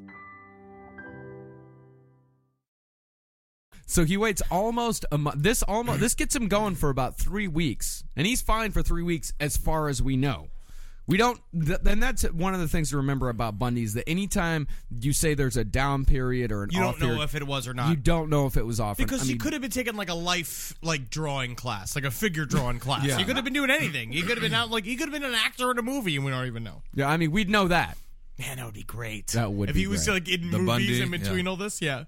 Speaker 5: So he waits almost a month. This almost this gets him going for about three weeks, and he's fine for three weeks as far as we know. We don't. Th- and that's one of the things to remember about Bundy is that anytime you say there's a down period or an
Speaker 6: You
Speaker 5: off
Speaker 6: don't know
Speaker 5: period,
Speaker 6: if it was or not.
Speaker 5: you don't know if it was off or- I
Speaker 6: because you
Speaker 5: mean,
Speaker 6: could have been taking like a life like drawing class, like a figure drawing class.
Speaker 5: Yeah.
Speaker 6: You could have been doing anything. You could have been out like you could have been an actor in a movie and we don't even know.
Speaker 5: Yeah, I mean we'd know that.
Speaker 6: Man, that would be great.
Speaker 5: That would
Speaker 6: if
Speaker 5: be
Speaker 6: he was
Speaker 5: great.
Speaker 6: like in
Speaker 5: The
Speaker 6: movies
Speaker 5: Bundy,
Speaker 6: in between
Speaker 5: yeah.
Speaker 6: all this, yeah.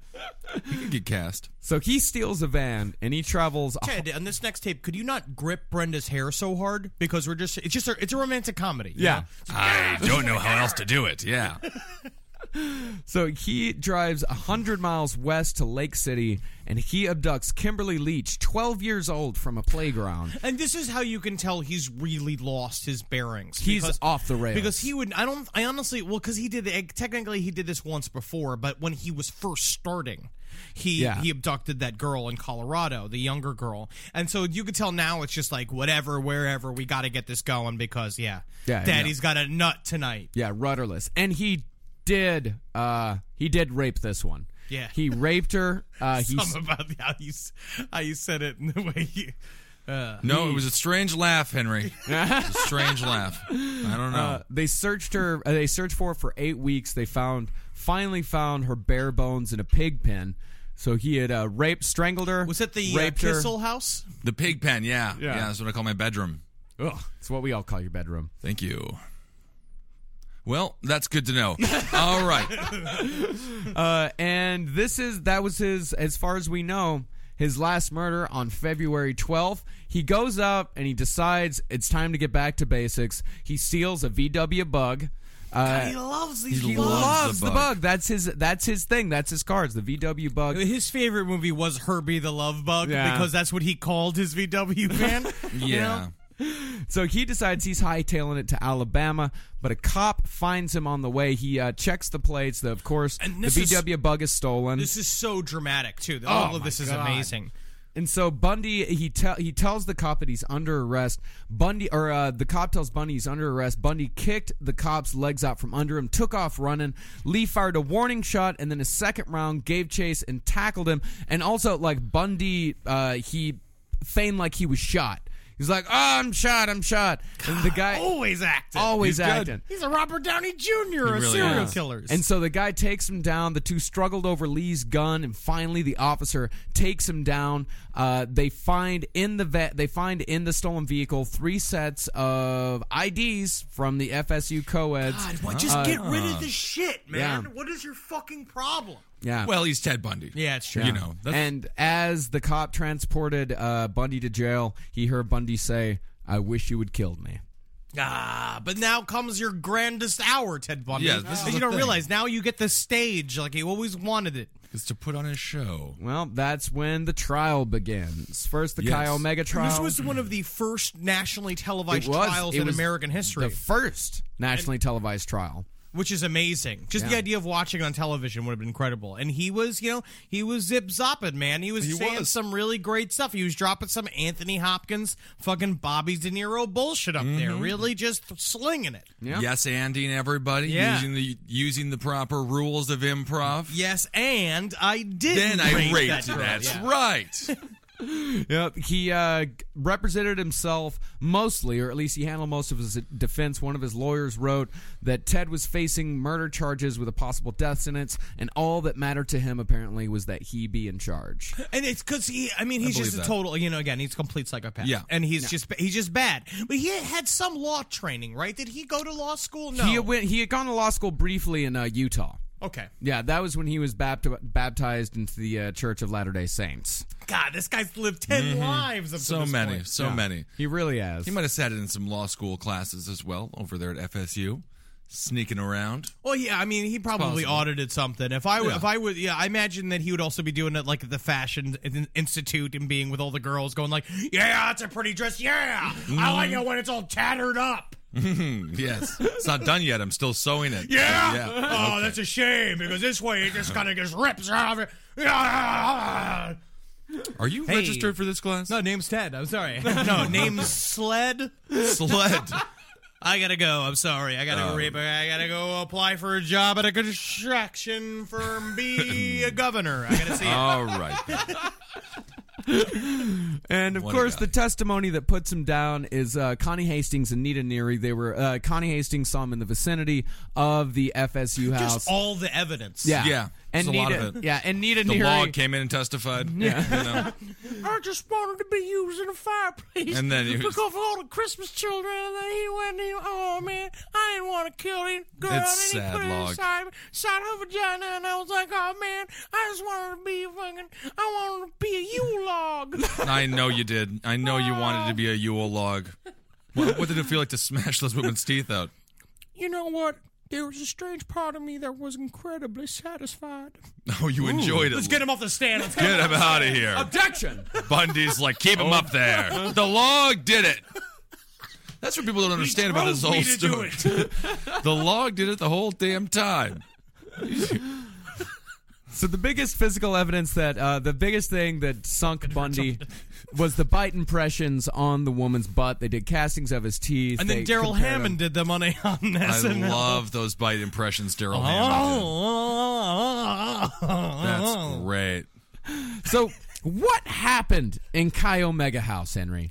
Speaker 5: He could get cast. So he steals a van and he travels.
Speaker 6: Ted, on this next tape, could you not grip Brenda's hair so hard? Because we're just it's just a, it's a romantic comedy. you know? Ah,
Speaker 7: I Ah, don't know how else to do it. Yeah.
Speaker 5: So he drives 100 miles west to Lake City and he abducts Kimberly Leach, 12 years old, from a playground.
Speaker 6: And this is how you can tell he's really lost his bearings.
Speaker 5: He's off the rails.
Speaker 6: because he would. I don't. I honestly, well, because he did. Technically, he did this once before, but when he was first starting, he
Speaker 5: Yeah.
Speaker 6: he abducted that girl in Colorado, the younger girl, and so you could tell now it's just like whatever, wherever we got to get this going because yeah,
Speaker 5: Yeah,
Speaker 6: Daddy's got a nut tonight.
Speaker 5: Yeah, rudderless. And he did uh he did rape this one.
Speaker 6: Yeah.
Speaker 5: He raped her. Uh he s-
Speaker 6: Something about how you s- how you said it and the way you. Uh,
Speaker 7: No, it was a strange laugh, Henry. It was a strange laugh. I don't know.
Speaker 5: uh, they searched her uh, they searched for her for 8 weeks. They found finally found her bare bones in a pig pen. So he had uh, raped strangled her.
Speaker 6: Was it the uh,
Speaker 5: raped her.
Speaker 6: Kissel house?
Speaker 7: the pig pen, yeah.
Speaker 5: Yeah.
Speaker 7: yeah. that's what I call my bedroom.
Speaker 5: Ugh, it's what we all call your bedroom.
Speaker 7: Thank you. Well, that's good to know. All right.
Speaker 5: Uh, and this is that was his, as far as we know, his last murder on February 12th. He goes up and he decides it's time to get back to basics. He steals a VW bug. Uh,
Speaker 6: He loves
Speaker 5: he
Speaker 6: these. bugs.
Speaker 5: loves the bug. That's his. That's his thing. That's his cards. The VW bug.
Speaker 6: His favorite movie was Herbie the Love Bug
Speaker 5: Yeah.
Speaker 6: because that's what he called his VW van. you
Speaker 7: Yeah.
Speaker 6: know?
Speaker 5: So he decides he's hightailing it to Alabama, but a cop finds him on the way. He uh, checks the plates. The, of course, the
Speaker 6: And this is-
Speaker 5: VW bug is stolen. Oh
Speaker 6: This is so dramatic too. All of
Speaker 5: my
Speaker 6: this is
Speaker 5: God.
Speaker 6: amazing.
Speaker 5: And so Bundy, he tell he tells the cop that he's under arrest. Bundy, or uh, the cop tells Bundy he's under arrest. Bundy kicked the cop's legs out from under him, took off running. Lee fired a warning shot, and then a second round gave chase and tackled him. And also, like Bundy, uh, he feigned like he was shot. He's like, "Oh, I'm shot, I'm shot." And the guy
Speaker 6: Always acting.
Speaker 5: always
Speaker 7: He's good.
Speaker 5: acting.
Speaker 6: He's a Robert Downey Jr. of
Speaker 7: really
Speaker 6: serial
Speaker 7: is.
Speaker 6: killers.
Speaker 5: And so the guy takes him down. The two struggled over Lee's gun, and finally the officer takes him down. Uh, they find in the vet, they find in the stolen vehicle three sets of IDs from the FSU co-eds.
Speaker 6: God, what, just
Speaker 5: Uh,
Speaker 6: get rid of the shit, man.
Speaker 5: yeah.
Speaker 6: What is your fucking problem?
Speaker 5: yeah.
Speaker 7: Well, he's Ted Bundy.
Speaker 6: Yeah, it's true.
Speaker 7: You know, that's,
Speaker 5: and as the cop transported uh, Bundy to jail, he heard Bundy say, "I wish you had killed me."
Speaker 6: Ah, but now comes your grandest hour, Ted Bundy.
Speaker 7: Yeah, this is
Speaker 6: And
Speaker 7: the
Speaker 6: you don't
Speaker 7: thing.
Speaker 6: realize now you get the stage like he always wanted it.
Speaker 7: Is to put on his show.
Speaker 5: Well, that's when the trial begins. First, the
Speaker 7: Yes.
Speaker 5: Chi Omega trial.
Speaker 6: This was one of the first nationally televised
Speaker 5: It was.
Speaker 6: trials
Speaker 5: It
Speaker 6: in
Speaker 5: was
Speaker 6: American history.
Speaker 5: the first nationally televised trial.
Speaker 6: which is amazing. Just the
Speaker 5: Yeah.
Speaker 6: idea of watching on television would have been incredible. And he was, you know, he was zip zopping, man. He was
Speaker 7: He
Speaker 6: saying
Speaker 7: was.
Speaker 6: some really great stuff. He was dropping some Anthony Hopkins, fucking Bobby De Niro bullshit up there.
Speaker 7: Mhm.
Speaker 6: Really, just slinging it.
Speaker 7: Yes, Andy and everybody
Speaker 6: Yeah.
Speaker 7: using the using the proper rules of improv.
Speaker 6: Yes, and I did.
Speaker 7: Then I
Speaker 6: rate
Speaker 7: raped
Speaker 6: that
Speaker 7: you.
Speaker 6: girl,
Speaker 7: That's
Speaker 6: yeah.
Speaker 7: right.
Speaker 5: Yep, he uh, represented himself mostly, or at least he handled most of his defense. One of his lawyers wrote that Ted was facing murder charges with a possible death sentence, and all that mattered to him apparently was that he be in charge.
Speaker 6: And it's because he, I mean,
Speaker 5: I
Speaker 6: he's
Speaker 5: believe
Speaker 6: just a
Speaker 5: that.
Speaker 6: total, you know, again, he's a complete psychopath.
Speaker 5: Yeah.
Speaker 6: And he's
Speaker 5: Yeah.
Speaker 6: just, he's just bad. But he had some law training, right? Did he go to law school? No.
Speaker 5: He went. He had gone to law school briefly in uh, Utah.
Speaker 6: okay.
Speaker 5: Yeah, that was when he was bapti- baptized into the uh, Church of Latter Day Saints.
Speaker 6: God, this guy's lived 10
Speaker 7: Mhm.
Speaker 6: lives. Up to
Speaker 7: So
Speaker 6: this
Speaker 7: many,
Speaker 6: point.
Speaker 7: so
Speaker 5: Yeah.
Speaker 7: many.
Speaker 5: He really has.
Speaker 7: He might have sat in some law school classes as well over there at FSU, sneaking around.
Speaker 6: Well, yeah, I mean, he probably
Speaker 7: possible.
Speaker 6: audited something. If I w-
Speaker 7: Yeah.
Speaker 6: if I would, yeah, I imagine that he would also be doing it like at the fashion in- institute and being with all the girls, going like, "Yeah, it's a pretty dress. Yeah, I like it when it's all tattered up.
Speaker 7: yes, it's not done yet. I'm still sewing it.
Speaker 6: Hmm. Yeah,
Speaker 7: yeah.
Speaker 6: oh, that's a shame because this way it just kind of just rips out of it. Yeah."
Speaker 7: Are you
Speaker 6: Hey.
Speaker 7: registered for this class?
Speaker 6: No, name's Ted. Oh, I'm sorry. no, name's Sled.
Speaker 7: Sled.
Speaker 6: I gotta go. I'm sorry. I gotta
Speaker 7: Um,
Speaker 6: go. Rape. I gotta go apply for a job at a construction firm. Be a governor. I gotta see. it.
Speaker 7: All right.
Speaker 5: And of
Speaker 7: What a
Speaker 5: course, the testimony that puts him down is uh, Connie Hastings and Nita Neary. They were uh, Connie Hastings saw him in the vicinity of the FSU house.
Speaker 6: Just all the evidence.
Speaker 5: yeah,
Speaker 7: Yeah,
Speaker 5: and
Speaker 7: there's a
Speaker 5: Nita,
Speaker 7: lot of it.
Speaker 5: yeah, and Nita
Speaker 7: the
Speaker 5: Neary.
Speaker 7: log came in and testified.
Speaker 5: Yeah.
Speaker 7: you know?
Speaker 6: I just wanted to be used in a fireplace.
Speaker 7: And then he was-
Speaker 6: because of all the Christmas children that he went in. Oh man, I didn't want to kill him. Girl,
Speaker 7: It's
Speaker 6: and
Speaker 7: sad
Speaker 6: he put it
Speaker 7: log.
Speaker 6: inside, inside her vagina, and I was like, oh man, I just wanted to be a fucking. I wanted to be a Yule log.
Speaker 7: I know you did. I know you wanted to be a Yule log. What, what did it feel like to smash those women's teeth out?
Speaker 6: you know what? There was a strange part of me that was incredibly satisfied.
Speaker 7: Oh, you enjoyed it.
Speaker 6: him off the stand. Let's
Speaker 7: Get him out of here.
Speaker 5: Objection.
Speaker 7: Bundy's like, keep him up there. The log did it. That's what people don't understand about
Speaker 3: drove
Speaker 7: this whole
Speaker 3: me to do
Speaker 7: story. the log did it the whole damn time.
Speaker 5: So the biggest physical evidence that uh, the biggest thing that sunk Bundy was the bite impressions on the woman's butt. They did castings of his teeth,
Speaker 6: And
Speaker 5: They
Speaker 6: then Daryl
Speaker 5: compared them.
Speaker 6: Hammond did them on a on
Speaker 7: I
Speaker 6: SNL.
Speaker 7: love those bite impressions, Daryl Hammond. did. That's
Speaker 6: Oh,
Speaker 7: great.
Speaker 5: So what happened in Chi Omega House, Henry?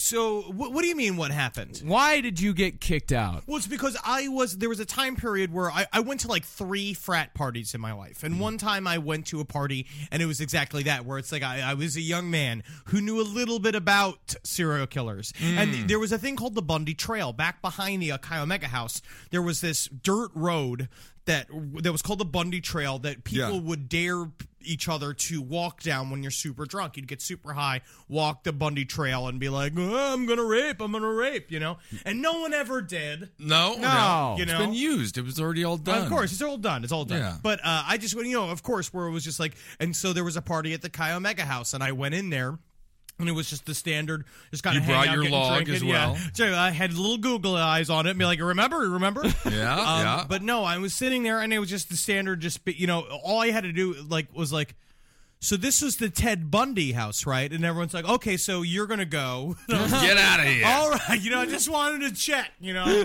Speaker 6: so what, what do you mean? What happened?
Speaker 5: Why did you get kicked out?
Speaker 6: Well, it's because I was there was a time period where I, I went to like three frat parties in my life, and one time I went to a party and it was exactly that, where it's like I, I was a young man who knew a little bit about serial killers, and there was a thing called the Bundy Trail back behind the Chi Omega house. There was this dirt road that that was called the Bundy Trail that people
Speaker 7: Yeah.
Speaker 6: would dare each other to walk down when you're super drunk. You'd get super high, walk the Bundy Trail, and be like, "Oh, "I'm gonna rape, I'm gonna rape," you know. And no one ever did.
Speaker 7: No,
Speaker 6: No, you
Speaker 7: it's
Speaker 6: know?
Speaker 7: been used. It was already all done.
Speaker 6: Of course, it's all done. It's all done.
Speaker 7: Yeah.
Speaker 6: But uh, I just went, you know, of course, where it was just like, and so there was a party at the Chi Omega house, and I went in there. And it was just the standard, just kind
Speaker 7: You
Speaker 6: of
Speaker 7: brought
Speaker 6: hang out,
Speaker 7: your
Speaker 6: getting
Speaker 7: log
Speaker 6: drinking,
Speaker 7: as well.
Speaker 6: Yeah. So I had little Google eyes on it, and be like, "Remember, remember."
Speaker 7: Yeah,
Speaker 6: Um,
Speaker 7: yeah.
Speaker 6: But no, I was sitting there, and it was just the standard. Just you know, all I had to do like was like, so this was the Ted Bundy house, right? And everyone's like, okay, so you're gonna go.
Speaker 7: Get outta here.
Speaker 6: All right, you know, I just wanted to check, you know.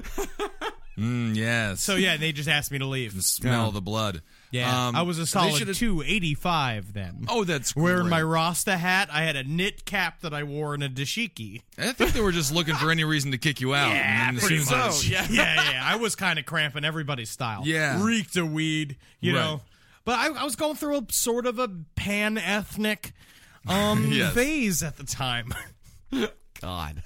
Speaker 7: Mm, yes.
Speaker 6: So yeah, they just asked me to leave.
Speaker 7: smell the blood.
Speaker 6: Yeah,
Speaker 7: Um,
Speaker 6: I was a
Speaker 7: they
Speaker 6: solid
Speaker 7: should've-
Speaker 6: two eighty five then.
Speaker 7: Oh, that's
Speaker 6: wearing
Speaker 7: great.
Speaker 6: my Rasta hat. I had a knit cap that I wore and a dashiki.
Speaker 7: I think they were just looking for any reason to kick you out.
Speaker 6: Yeah,
Speaker 7: And then as
Speaker 6: pretty
Speaker 7: soon as-
Speaker 6: much. yeah, yeah, yeah. I was kind of cramping everybody's style.
Speaker 7: Yeah.
Speaker 6: reeked of weed. You
Speaker 7: Right.
Speaker 6: know, but I, I was going through a sort of a pan ethnic um
Speaker 7: Yes.
Speaker 6: phase at the time.
Speaker 5: God.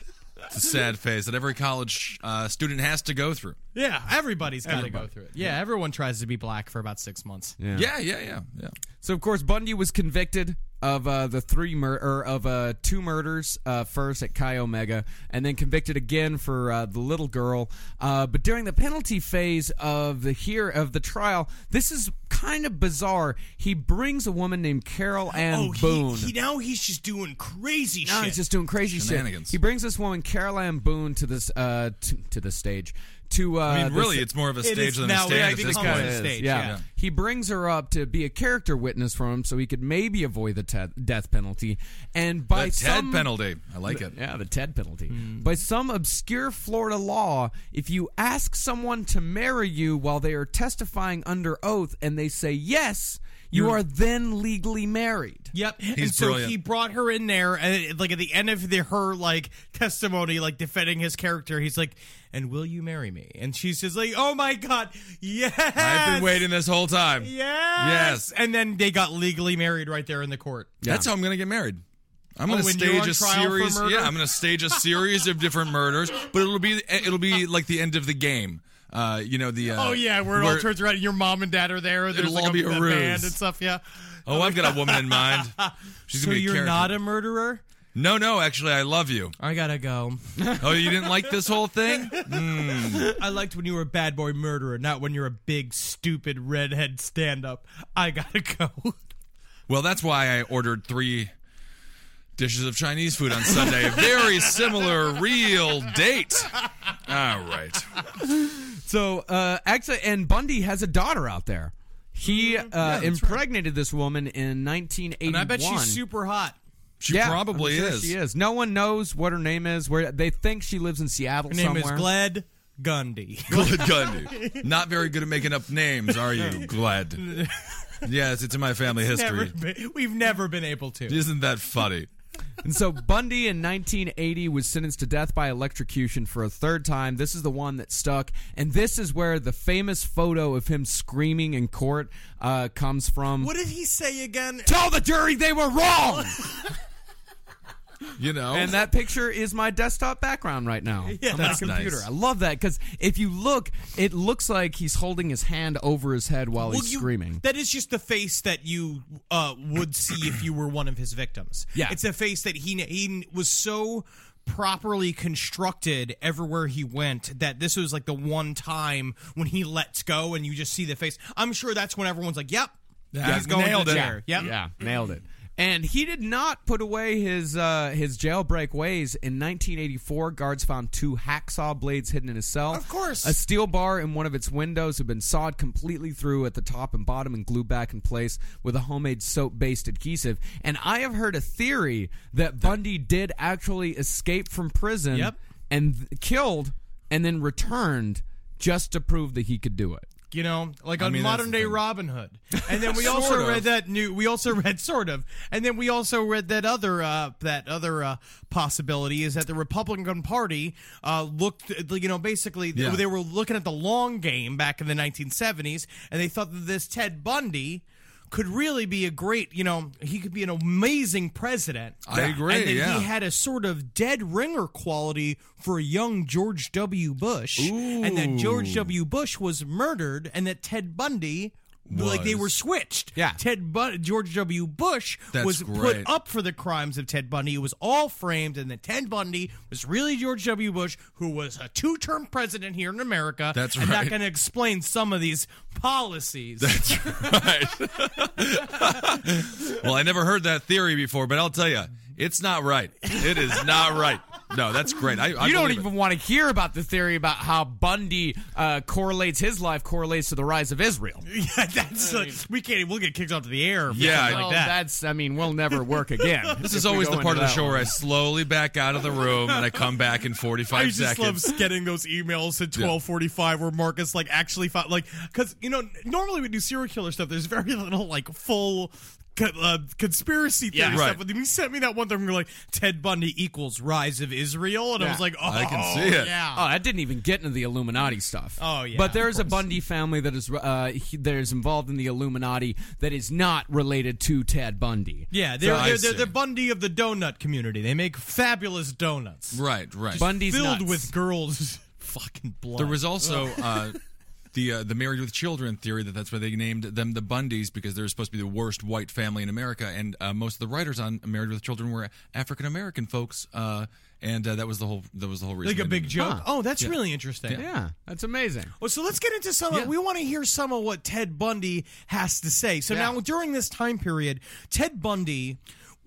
Speaker 7: It's a sad phase that every college uh, student has to go through.
Speaker 6: Yeah, everybody's got to go
Speaker 7: Everybody.
Speaker 6: through it. Yeah, everyone tries to be black for about six months.
Speaker 7: Yeah, yeah, yeah, yeah.
Speaker 5: So of course Bundy was convicted of uh, the three mur- or of uh, two murders uh, first at Chi Omega, and then convicted again for uh, the little girl. Uh, but during the penalty phase of the here of the trial, this is kind of bizarre. He brings a woman named Carol Ann
Speaker 6: oh, he-
Speaker 5: Boone.
Speaker 6: He, now he's just doing crazy
Speaker 5: No,
Speaker 6: shit.
Speaker 5: he's just doing crazy shit. He brings this woman, Carol Ann Boone, to this uh, t- to the stage. To uh,
Speaker 7: I mean,
Speaker 5: this-
Speaker 7: really, it's more of a It stage is than a now- stand yeah, at I think this it's kind of point. a stage,
Speaker 5: yeah.
Speaker 7: yeah.
Speaker 5: he brings her up to be a character witness for him, so he could maybe avoid the te- death penalty. And by
Speaker 7: The Ted
Speaker 5: some-
Speaker 7: penalty. I like it.
Speaker 5: Yeah, the Ted penalty.
Speaker 6: Hmm.
Speaker 5: By some obscure Florida law, if you ask someone to marry you while they are testifying under oath, and they say yes, you
Speaker 6: You're-
Speaker 5: are then legally married.
Speaker 6: Yep.
Speaker 5: He's
Speaker 6: and so
Speaker 5: brilliant.
Speaker 6: he brought her in there, and like at the end of the, her like testimony, like defending his character, he's like, "And will you marry me?" And she's just like, "Oh my god, yes!"
Speaker 7: I've been waiting this whole time.
Speaker 6: Yes.
Speaker 7: Yes.
Speaker 6: And then they got legally married right there in the court.
Speaker 7: That's how I'm going to get married. I'm
Speaker 6: Oh,
Speaker 7: going to
Speaker 6: when you're
Speaker 7: stage
Speaker 6: on
Speaker 7: a
Speaker 6: trial for
Speaker 7: series.
Speaker 6: murder?
Speaker 7: Yeah, I'm going to stage a series of different murders, but it'll be it'll be like the end of the game. Uh, you know the. Uh,
Speaker 6: oh yeah, where it all turns around, and your mom and dad are there. and There's
Speaker 7: It'll
Speaker 6: like
Speaker 7: all be a
Speaker 6: band
Speaker 7: ruse.
Speaker 6: and stuff. Yeah.
Speaker 7: Oh, I've got a woman in mind. She's
Speaker 6: so
Speaker 7: gonna be a
Speaker 6: you're
Speaker 7: character.
Speaker 6: not a murderer.
Speaker 7: No, no, actually, I love you.
Speaker 6: I gotta go.
Speaker 7: oh, you didn't like this whole thing? Mm.
Speaker 6: I liked when you were a bad boy murderer, not when you're a big stupid redhead stand up. I gotta go.
Speaker 7: Well, that's why I ordered three dishes of Chinese food on Sunday. Very similar, real date. All right.
Speaker 5: So uh, actually, and Bundy has a daughter out there. He uh,
Speaker 6: Mm-hmm.
Speaker 5: impregnated this woman in 1981.
Speaker 6: And I bet she's super hot.
Speaker 7: She
Speaker 5: Yeah,
Speaker 7: probably
Speaker 5: I'm sure
Speaker 7: is.
Speaker 5: She is. No one knows what her name is. Where they think she lives in Seattle.
Speaker 6: Her name
Speaker 5: somewhere.
Speaker 6: is Glad Gundy.
Speaker 7: Glad Gundy. Not very good at making up names, are you, Glad? Yes, it's in my family
Speaker 6: Never
Speaker 7: history.
Speaker 6: been- we've never been able to.
Speaker 7: Isn't that funny?
Speaker 5: And so Bundy in 1980 was sentenced to death by electrocution for a third time. This is the one that stuck, and this is where the famous photo of him screaming in court uh, comes from.
Speaker 6: what did he say again?
Speaker 5: Tell the jury they were wrong.
Speaker 7: You know,
Speaker 5: and that picture is my desktop background right now
Speaker 6: Yeah,
Speaker 5: on my
Speaker 6: that's nice.
Speaker 5: computer. I love that because if you look, it looks like he's holding his hand over his head while
Speaker 6: Well,
Speaker 5: he's
Speaker 6: you-
Speaker 5: screaming.
Speaker 6: That is just the face that you uh, would see if you were one of his victims.
Speaker 5: Yeah.
Speaker 6: it's a face that he he was so properly constructed everywhere he went that this was like the one time when he lets go and you just see the face. I'm sure that's when everyone's like, "Yep, he's going to the chair."
Speaker 5: Yeah,
Speaker 6: Yep.
Speaker 5: yeah, nailed it. And he did not put away his uh, his jailbreak ways. In 1984, guards found two hacksaw blades hidden in his cell. Of
Speaker 6: course.
Speaker 5: a steel bar in one of its windows had been sawed completely through at the top and bottom and glued back in place with a homemade soap-based adhesive. And I have heard a theory that Bundy did actually escape from prison
Speaker 6: Yep.
Speaker 5: and th- killed, and then returned just to prove that he could do it.
Speaker 6: You know, like
Speaker 5: I
Speaker 6: on
Speaker 5: mean, that's
Speaker 6: modern
Speaker 5: the
Speaker 6: day
Speaker 5: thing.
Speaker 6: Robin Hood. And then we also
Speaker 5: Sort of.
Speaker 6: read that new. We also read sort of, and then we also read that other uh, that other uh, possibility is that the Republican Party uh, looked, you know, basically
Speaker 7: Yeah.
Speaker 6: they were looking at the long game back in the 1970s, and they thought that this Ted Bundy could really be a great, you know, he could be an amazing president.
Speaker 7: I agree,
Speaker 6: And that
Speaker 7: yeah.
Speaker 6: he had a sort of dead ringer quality for a young George W. Bush, and that George
Speaker 7: Ooh.
Speaker 6: W. Bush was murdered, and that Ted Bundy. Like they
Speaker 7: Was.
Speaker 6: were switched.
Speaker 7: Yeah.
Speaker 6: Ted Bun- George W. Bush
Speaker 7: That's
Speaker 6: was
Speaker 7: great.
Speaker 6: put up for the crimes of Ted Bundy. It was all framed, and that Ted Bundy was really George W. Bush, who was a two-term president here in America.
Speaker 7: That's
Speaker 6: and That
Speaker 7: right.
Speaker 6: can explain some of these policies.
Speaker 7: Well, I never heard that theory before, but I'll tell you, it's not right. It is not right. No, that's great. I, I
Speaker 5: you don't
Speaker 7: believe it.
Speaker 5: even want to hear about the theory about how Bundy uh, correlates his life correlates to the rise of Israel.
Speaker 6: yeah, that's like, we can't. We'll get kicked off the air. if we
Speaker 7: Yeah,
Speaker 6: something
Speaker 7: I-
Speaker 6: like
Speaker 7: Well,
Speaker 6: that.
Speaker 5: That's I mean we'll never work again.
Speaker 7: This
Speaker 5: if
Speaker 7: is
Speaker 5: we
Speaker 7: always
Speaker 5: go
Speaker 7: the
Speaker 5: into
Speaker 7: part of the
Speaker 5: that
Speaker 7: show
Speaker 5: one.
Speaker 7: where I slowly back out of the room and I come back in 45
Speaker 6: I just
Speaker 7: seconds.
Speaker 6: love getting those emails at
Speaker 7: Yeah.
Speaker 6: twelve forty five where Marcus like actually found like because you know normally we do serial killer stuff. There's very little like full co- uh, conspiracy theory
Speaker 7: Yeah.
Speaker 6: stuff
Speaker 7: Right.
Speaker 6: with him. He sent me that one time. We were like, Ted Bundy equals Rise of Israel, and I was like, oh, yeah.
Speaker 5: Oh, I didn't even get into the Illuminati stuff.
Speaker 6: Oh, yeah,
Speaker 5: But there
Speaker 6: of
Speaker 5: is a Bundy family that is uh, he- that is involved in the Illuminati that is not related to Ted Bundy.
Speaker 6: Yeah, they're, they're, they're the Bundy of the donut community. They make fabulous donuts.
Speaker 7: Right, right.
Speaker 6: Just
Speaker 7: Bundy's
Speaker 6: filled
Speaker 7: nuts.
Speaker 6: with girls' fucking blood.
Speaker 7: There was also uh, the uh, the married with children theory that that's why they named them the Bundys because they're supposed to be the worst white family in America, and uh, most of the writers on Married with Children were African American folks, uh, and uh, that was the whole that was the whole reason.
Speaker 6: Like a
Speaker 7: they
Speaker 6: big
Speaker 7: named it.
Speaker 6: joke? Oh, that's really interesting.
Speaker 5: Yeah, that's amazing.
Speaker 6: Well, so let's get into some. Of, we want to hear some of what Ted Bundy has to say. So now, during this time period, Ted Bundy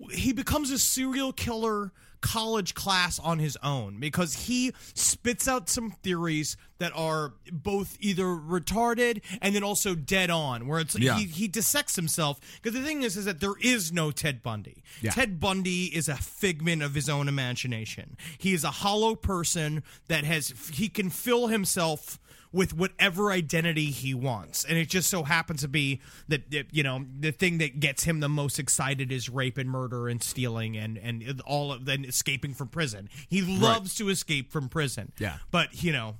Speaker 6: he becomes a serial killer college class on his own because he spits out some theories that are both either retarded and then also dead on where it's
Speaker 7: Yeah.
Speaker 6: he, he dissects himself because the thing is is that there is no Ted Bundy.
Speaker 7: Yeah.
Speaker 6: Ted Bundy is a figment of his own imagination. He is a hollow person that has he can fill himself with whatever identity he wants, and it just so happens to be that that, you know the thing that gets him the most excited is rape and murder and stealing and and all of then escaping from prison. He loves to escape from prison.
Speaker 5: Yeah.
Speaker 6: but you know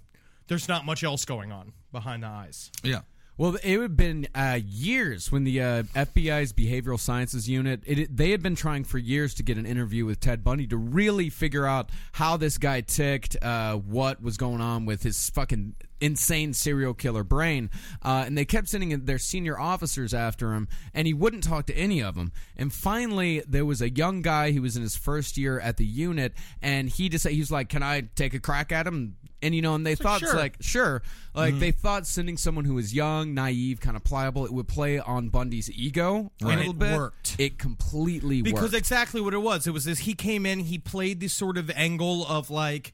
Speaker 6: there's not much else going on behind the eyes.
Speaker 7: Yeah.
Speaker 5: Well, it would have been uh, years when the uh, FBI's Behavioral Sciences Unit it, it- they had been trying for years to get an interview with Ted Bundy to really figure out how this guy ticked, uh, what was going on with his fucking insane serial killer brain, uh, and they kept sending in their senior officers after him, and he wouldn't talk to any of them. And finally, there was a young guy who was in his first year at the unit, and he just he was like, "Can I take a crack at him?" And you know, and they thought it's
Speaker 11: "Sure."
Speaker 5: like, sure. Like
Speaker 11: Mhm.
Speaker 5: they thought sending someone who was young, naive, kind of pliable, it would play on Bundy's ego
Speaker 6: Right.
Speaker 5: a little
Speaker 6: And it
Speaker 5: bit.
Speaker 6: worked.
Speaker 5: It completely
Speaker 6: because
Speaker 5: worked.
Speaker 6: exactly what it was. It was this. He came in. He played this sort of angle of like.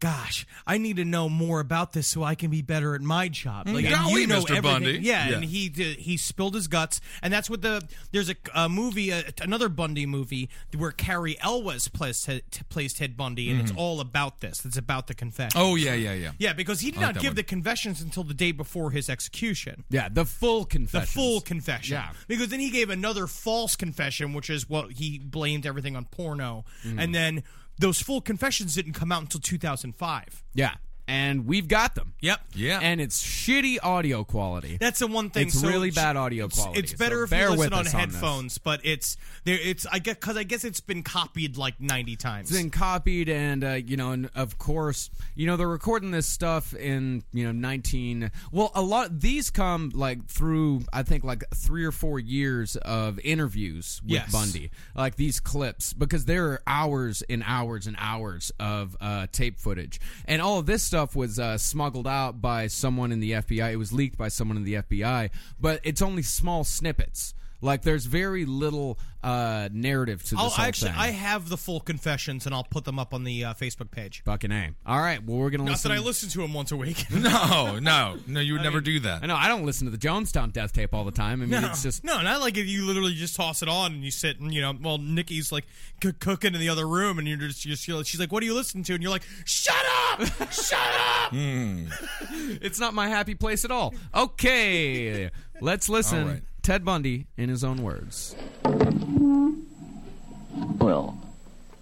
Speaker 6: Gosh, I need to know more about this so I can be better at my job. Like, and
Speaker 7: Mm. Golly,
Speaker 6: you know
Speaker 7: Mr.
Speaker 6: everything.
Speaker 7: Bundy.
Speaker 6: Yeah,
Speaker 7: Yeah.
Speaker 6: and he did, he spilled his guts, and that's what the there's a, a movie, a, another Bundy movie where Carrie Elwes plays Ted, plays Ted Bundy, and
Speaker 7: Mhm.
Speaker 6: it's all about this. It's about the confession.
Speaker 7: Oh yeah, yeah, yeah.
Speaker 6: Yeah, because he
Speaker 7: I
Speaker 6: did
Speaker 7: like
Speaker 6: not
Speaker 7: that
Speaker 6: give
Speaker 7: one.
Speaker 6: the confessions until the day before his execution.
Speaker 5: Yeah, the full confession.
Speaker 6: The full confession.
Speaker 5: Yeah.
Speaker 6: Because then he gave another false confession, which is what he blamed everything on porno.
Speaker 5: Mm.
Speaker 6: And then those full confessions didn't come out until 2005.
Speaker 5: yeah. And we've got them.
Speaker 6: Yep.
Speaker 5: Yeah. And it's shitty audio quality.
Speaker 6: That's the one thing.
Speaker 5: It's
Speaker 6: so
Speaker 5: really
Speaker 6: j-
Speaker 5: bad audio
Speaker 6: it's-
Speaker 5: quality.
Speaker 6: It's better
Speaker 5: so
Speaker 6: if
Speaker 5: bear
Speaker 6: you listen
Speaker 5: with
Speaker 6: on
Speaker 5: us this.
Speaker 6: headphones, but it's there. It's I guess because I guess it's been copied like 90 times.
Speaker 5: It's been copied, and uh, you know, and of course, you know, they're recording this stuff in you know nineteen. Well, a lot these come like through, I think, like three or four years of interviews with
Speaker 11: Yes.
Speaker 5: Bundy, like these clips, because there are hours and hours and hours of uh, tape footage, and all of this stuff was uh, smuggled out by someone in the FBI. It was leaked by someone in the FBI, but it's only small snippets. Like there's very little uh, narrative to this
Speaker 6: I'll,
Speaker 5: whole
Speaker 6: Oh, I actually
Speaker 5: thing.
Speaker 6: I have the full confessions and I'll put them up on the uh, Facebook page.
Speaker 5: Fucking A. All right. Well, we're going to
Speaker 6: Not
Speaker 5: listen.
Speaker 6: that I listen to them once a week.
Speaker 7: No, no, no. You would never do that.
Speaker 5: I know. I don't listen to the Jonestown death tape all the time. I mean,
Speaker 6: no,
Speaker 5: it's just.
Speaker 6: no, not like if you literally just toss it on and you sit and you know, well, Nikki's like c- cooking in the other room and you're just you're, still- she's like, "What are you listening to?" And you're like, "Shut up, shut up."
Speaker 5: It's not my happy place at all. Okay. Let's listen.
Speaker 11: All right.
Speaker 5: Ted Bundy in his own words.
Speaker 12: Well,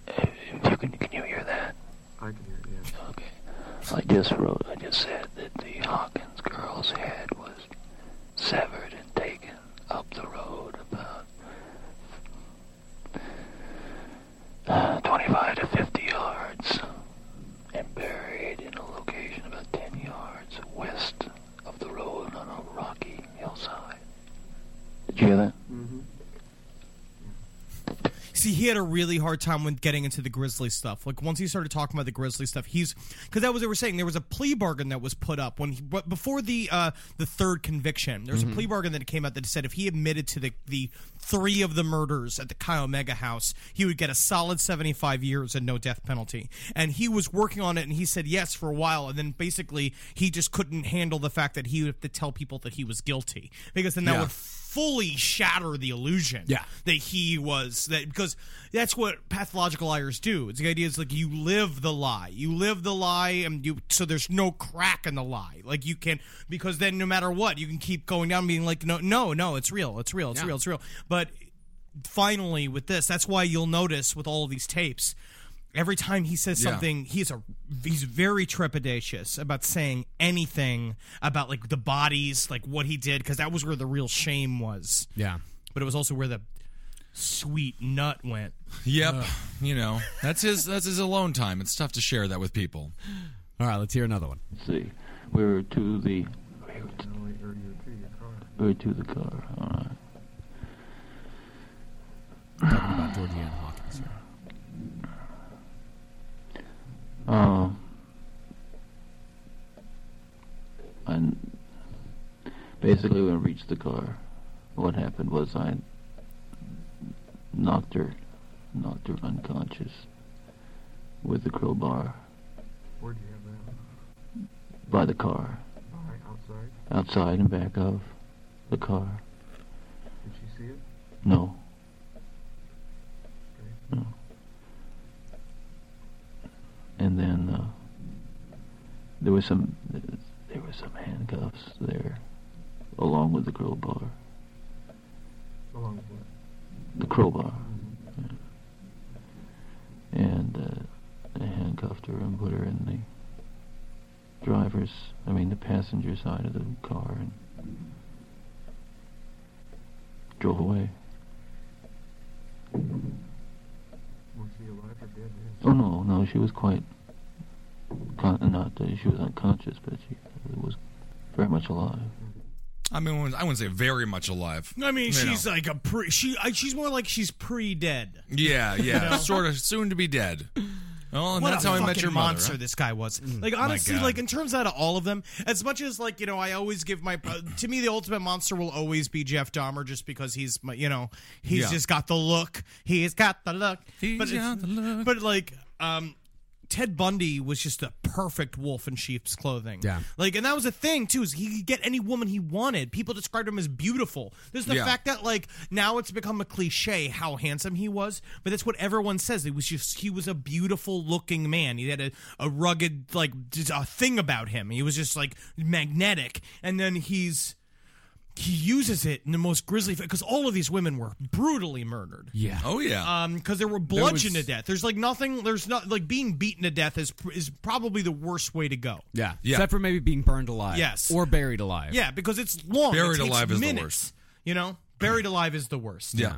Speaker 12: uh, you can, can you hear that? I can hear it, yeah. Okay. I just wrote, I just said that the Hawkins girl's head was severed and taken up the road about uh, 25 to 50 yards and buried in a location about 10 yards west of the road on a rocky hillside. Did you hear that?
Speaker 6: See, he had a really hard time with getting into the Grizzly stuff. Like once he started talking about the Grizzly stuff, he's because that was what they were saying. There was a plea bargain that was put up when he, but before the uh, the third conviction. There was
Speaker 11: Mhm.
Speaker 6: a plea bargain that came out that said if he admitted to the the three of the murders at the Chi Omega house, he would get a solid seventy five years and no death penalty. And he was working on it, and he said yes for a while, and then basically he just couldn't handle the fact that he would have to tell people that he was guilty because then that
Speaker 11: Yeah.
Speaker 6: would fully shatter the illusion
Speaker 11: Yeah.
Speaker 6: that he was that because that's what pathological liars do it's the idea is like you live the lie you live the lie and you so there's no crack in the lie like you can because then no matter what you can keep going down and being like no no no it's real it's real it's
Speaker 11: Yeah.
Speaker 6: real it's real but finally with this. That's why you'll notice with all of these tapes, every time he says
Speaker 11: Yeah.
Speaker 6: something, he's a he's very trepidatious about saying anything about like the bodies, like what he did, because that was where the real shame was.
Speaker 5: Yeah.
Speaker 6: but it was also where the sweet nut went.
Speaker 7: Yep.
Speaker 6: uh,
Speaker 7: You know, that's his that's his alone time. It's tough to share that with people.
Speaker 5: All right, let's hear another one.
Speaker 12: see, we're to the we're to the car. All right.
Speaker 5: Talking about Georgiana Hawkins. here.
Speaker 12: Um, and basically, when I reached the car, what happened was I knocked her, knocked her unconscious with the crowbar
Speaker 13: Where do you have that?
Speaker 12: by the car,
Speaker 13: All right, outside.
Speaker 12: outside and back of the car.
Speaker 13: Did you see it?
Speaker 12: No. No. And then uh, there was some there were some handcuffs there, along with the crowbar.
Speaker 13: Along with what?
Speaker 12: The crowbar. Yeah. And uh, they handcuffed her and put her in the driver's, I mean the passenger side of the car and drove away.
Speaker 13: Was she alive or dead?
Speaker 12: Oh no, no, she was quite con- not that she was unconscious, but she was very much alive.
Speaker 7: I mean, I wouldn't- I wouldn't say very much alive.
Speaker 6: I mean,
Speaker 7: You
Speaker 6: she's
Speaker 7: know.
Speaker 6: like a pre. She I, she's more like she's pre-dead.
Speaker 7: yeah,
Speaker 6: You
Speaker 7: yeah,
Speaker 6: know?
Speaker 7: sort of soon to be dead. Oh, and
Speaker 6: What
Speaker 7: that's
Speaker 6: a
Speaker 7: how I met
Speaker 6: fucking
Speaker 7: your
Speaker 6: monster
Speaker 7: Mother.
Speaker 6: this guy was. Like
Speaker 7: my
Speaker 6: honestly,
Speaker 7: God.
Speaker 6: like in terms out of all of them, as much as like you know, I always give my uh, to me the ultimate monster will always be Jeff Dahmer, just because he's my you know he's
Speaker 11: Yeah.
Speaker 6: just got the look, he's got the look,
Speaker 11: He's
Speaker 6: but it's-
Speaker 11: got the look.
Speaker 6: but like um. Ted Bundy was just a perfect wolf in sheep's clothing.
Speaker 5: Yeah.
Speaker 6: Like, and that was the thing, too, is he could get any woman he wanted. People described him as beautiful. There's the
Speaker 11: Yeah.
Speaker 6: fact that, like, now it's become a cliche how handsome he was, but that's what everyone says. It was just, he was a beautiful looking man. He had a, a rugged, like, just a thing about him. He was just, like, magnetic. And then he's, he uses it in the most grisly, because all of these women were brutally murdered.
Speaker 5: Yeah.
Speaker 7: Oh yeah.
Speaker 6: Um, because they were
Speaker 7: There
Speaker 6: bludgeoned
Speaker 7: was-
Speaker 6: to death. There's like nothing. There's not like being beaten to death is is probably the worst way to go.
Speaker 5: Yeah. Except for maybe being burned alive.
Speaker 6: Yes.
Speaker 5: Or buried alive.
Speaker 6: Yeah, because it's long. It
Speaker 5: Buried
Speaker 6: takes
Speaker 5: alive is the
Speaker 6: minutes,
Speaker 5: worst.
Speaker 6: You know, buried alive is the worst.
Speaker 5: Yeah.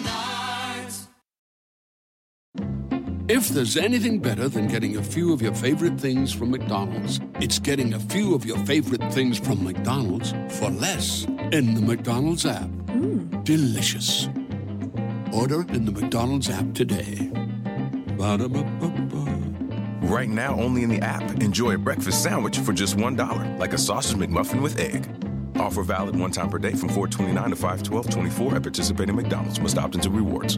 Speaker 14: If there's anything better than getting a few of your favorite things from McDonald's, it's getting a few of your favorite things from McDonald's for less in the McDonald's app. Delicious. Order in the McDonald's app today.
Speaker 15: Right now, only in the app, enjoy a breakfast sandwich for just $1, like a sausage McMuffin with egg. Offer valid one time per day from 429 to 51224 at participating McDonald's. Must opt into rewards.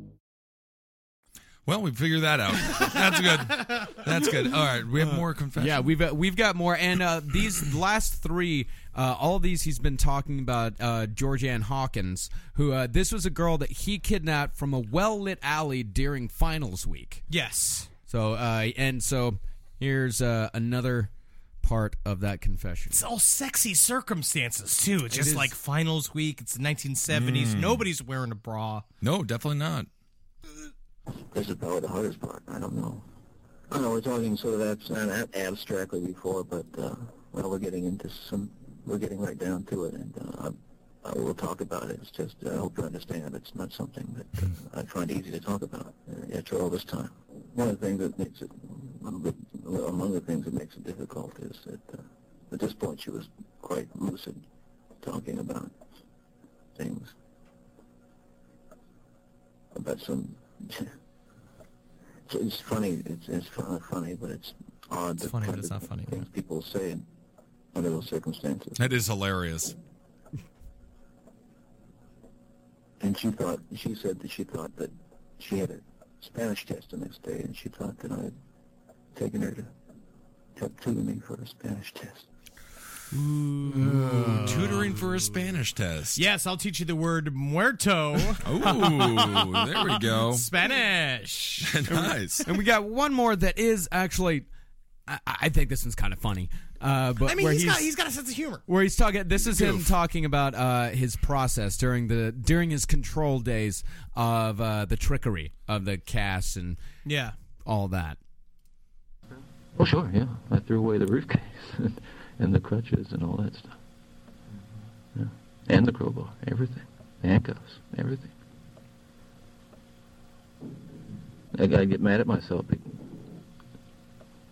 Speaker 7: Well, we figured that out. That's good. That's good. All right, we have
Speaker 5: Uh,
Speaker 7: more confessions.
Speaker 5: Yeah, we've uh, we've got more, and uh, these last three, uh, all of these, he's been talking about uh, Georgianne Hawkins, who uh, this was a girl that he kidnapped from a well lit alley during finals week.
Speaker 6: Yes.
Speaker 5: So uh, and so, here's uh, another part of that confession.
Speaker 6: It's all sexy circumstances too. It's
Speaker 5: It
Speaker 6: just
Speaker 5: is.
Speaker 6: like finals week. It's the 1970s.
Speaker 7: Mm.
Speaker 6: Nobody's wearing a bra.
Speaker 7: No, definitely not.
Speaker 16: This is probably the hardest part. I don't know. I don't know. We're talking sort of abs- not ab- abstractly before, but uh, well, we're getting into some. We're getting right down to it, and uh, uh, we'll talk about it. It's just, I hope you understand, it's not something that uh, I find easy to talk about uh, after all this time. One of the things that makes it, among the things that makes it difficult is that uh, at this point she was quite lucid talking about things, about some, it's, it's funny, it's, it's fu- funny, but it's odd.
Speaker 7: It's
Speaker 16: the
Speaker 7: funny, but
Speaker 16: kinds
Speaker 7: it's
Speaker 16: of
Speaker 7: not funny,
Speaker 16: Things people say in- under those circumstances.
Speaker 7: That is hilarious.
Speaker 16: And she thought, she said that she thought that she had a Spanish test the next day, and she thought that I had taken her to Tuscany for a Spanish test.
Speaker 7: Tutoring for a Spanish test.
Speaker 6: Yes, I'll teach you the word muerto.
Speaker 7: Ooh, there we
Speaker 5: Oh.
Speaker 7: go.
Speaker 6: Spanish.
Speaker 7: nice.
Speaker 5: And we got one more that is actually, I, I think this one's kind of funny. Uh, but
Speaker 6: I mean,
Speaker 5: where
Speaker 6: he's got he's got a sense of humor.
Speaker 5: where he's talking. This is him
Speaker 6: Goof.
Speaker 5: talking about uh, his process during the during his control days of uh, the trickery of the cast and
Speaker 6: Yeah.
Speaker 5: all that.
Speaker 12: Oh, sure, yeah. I threw away the briefcase and, and the crutches and all that stuff. Yeah. And the crowbar, everything. The handcuffs, everything. I, I get mad at myself be-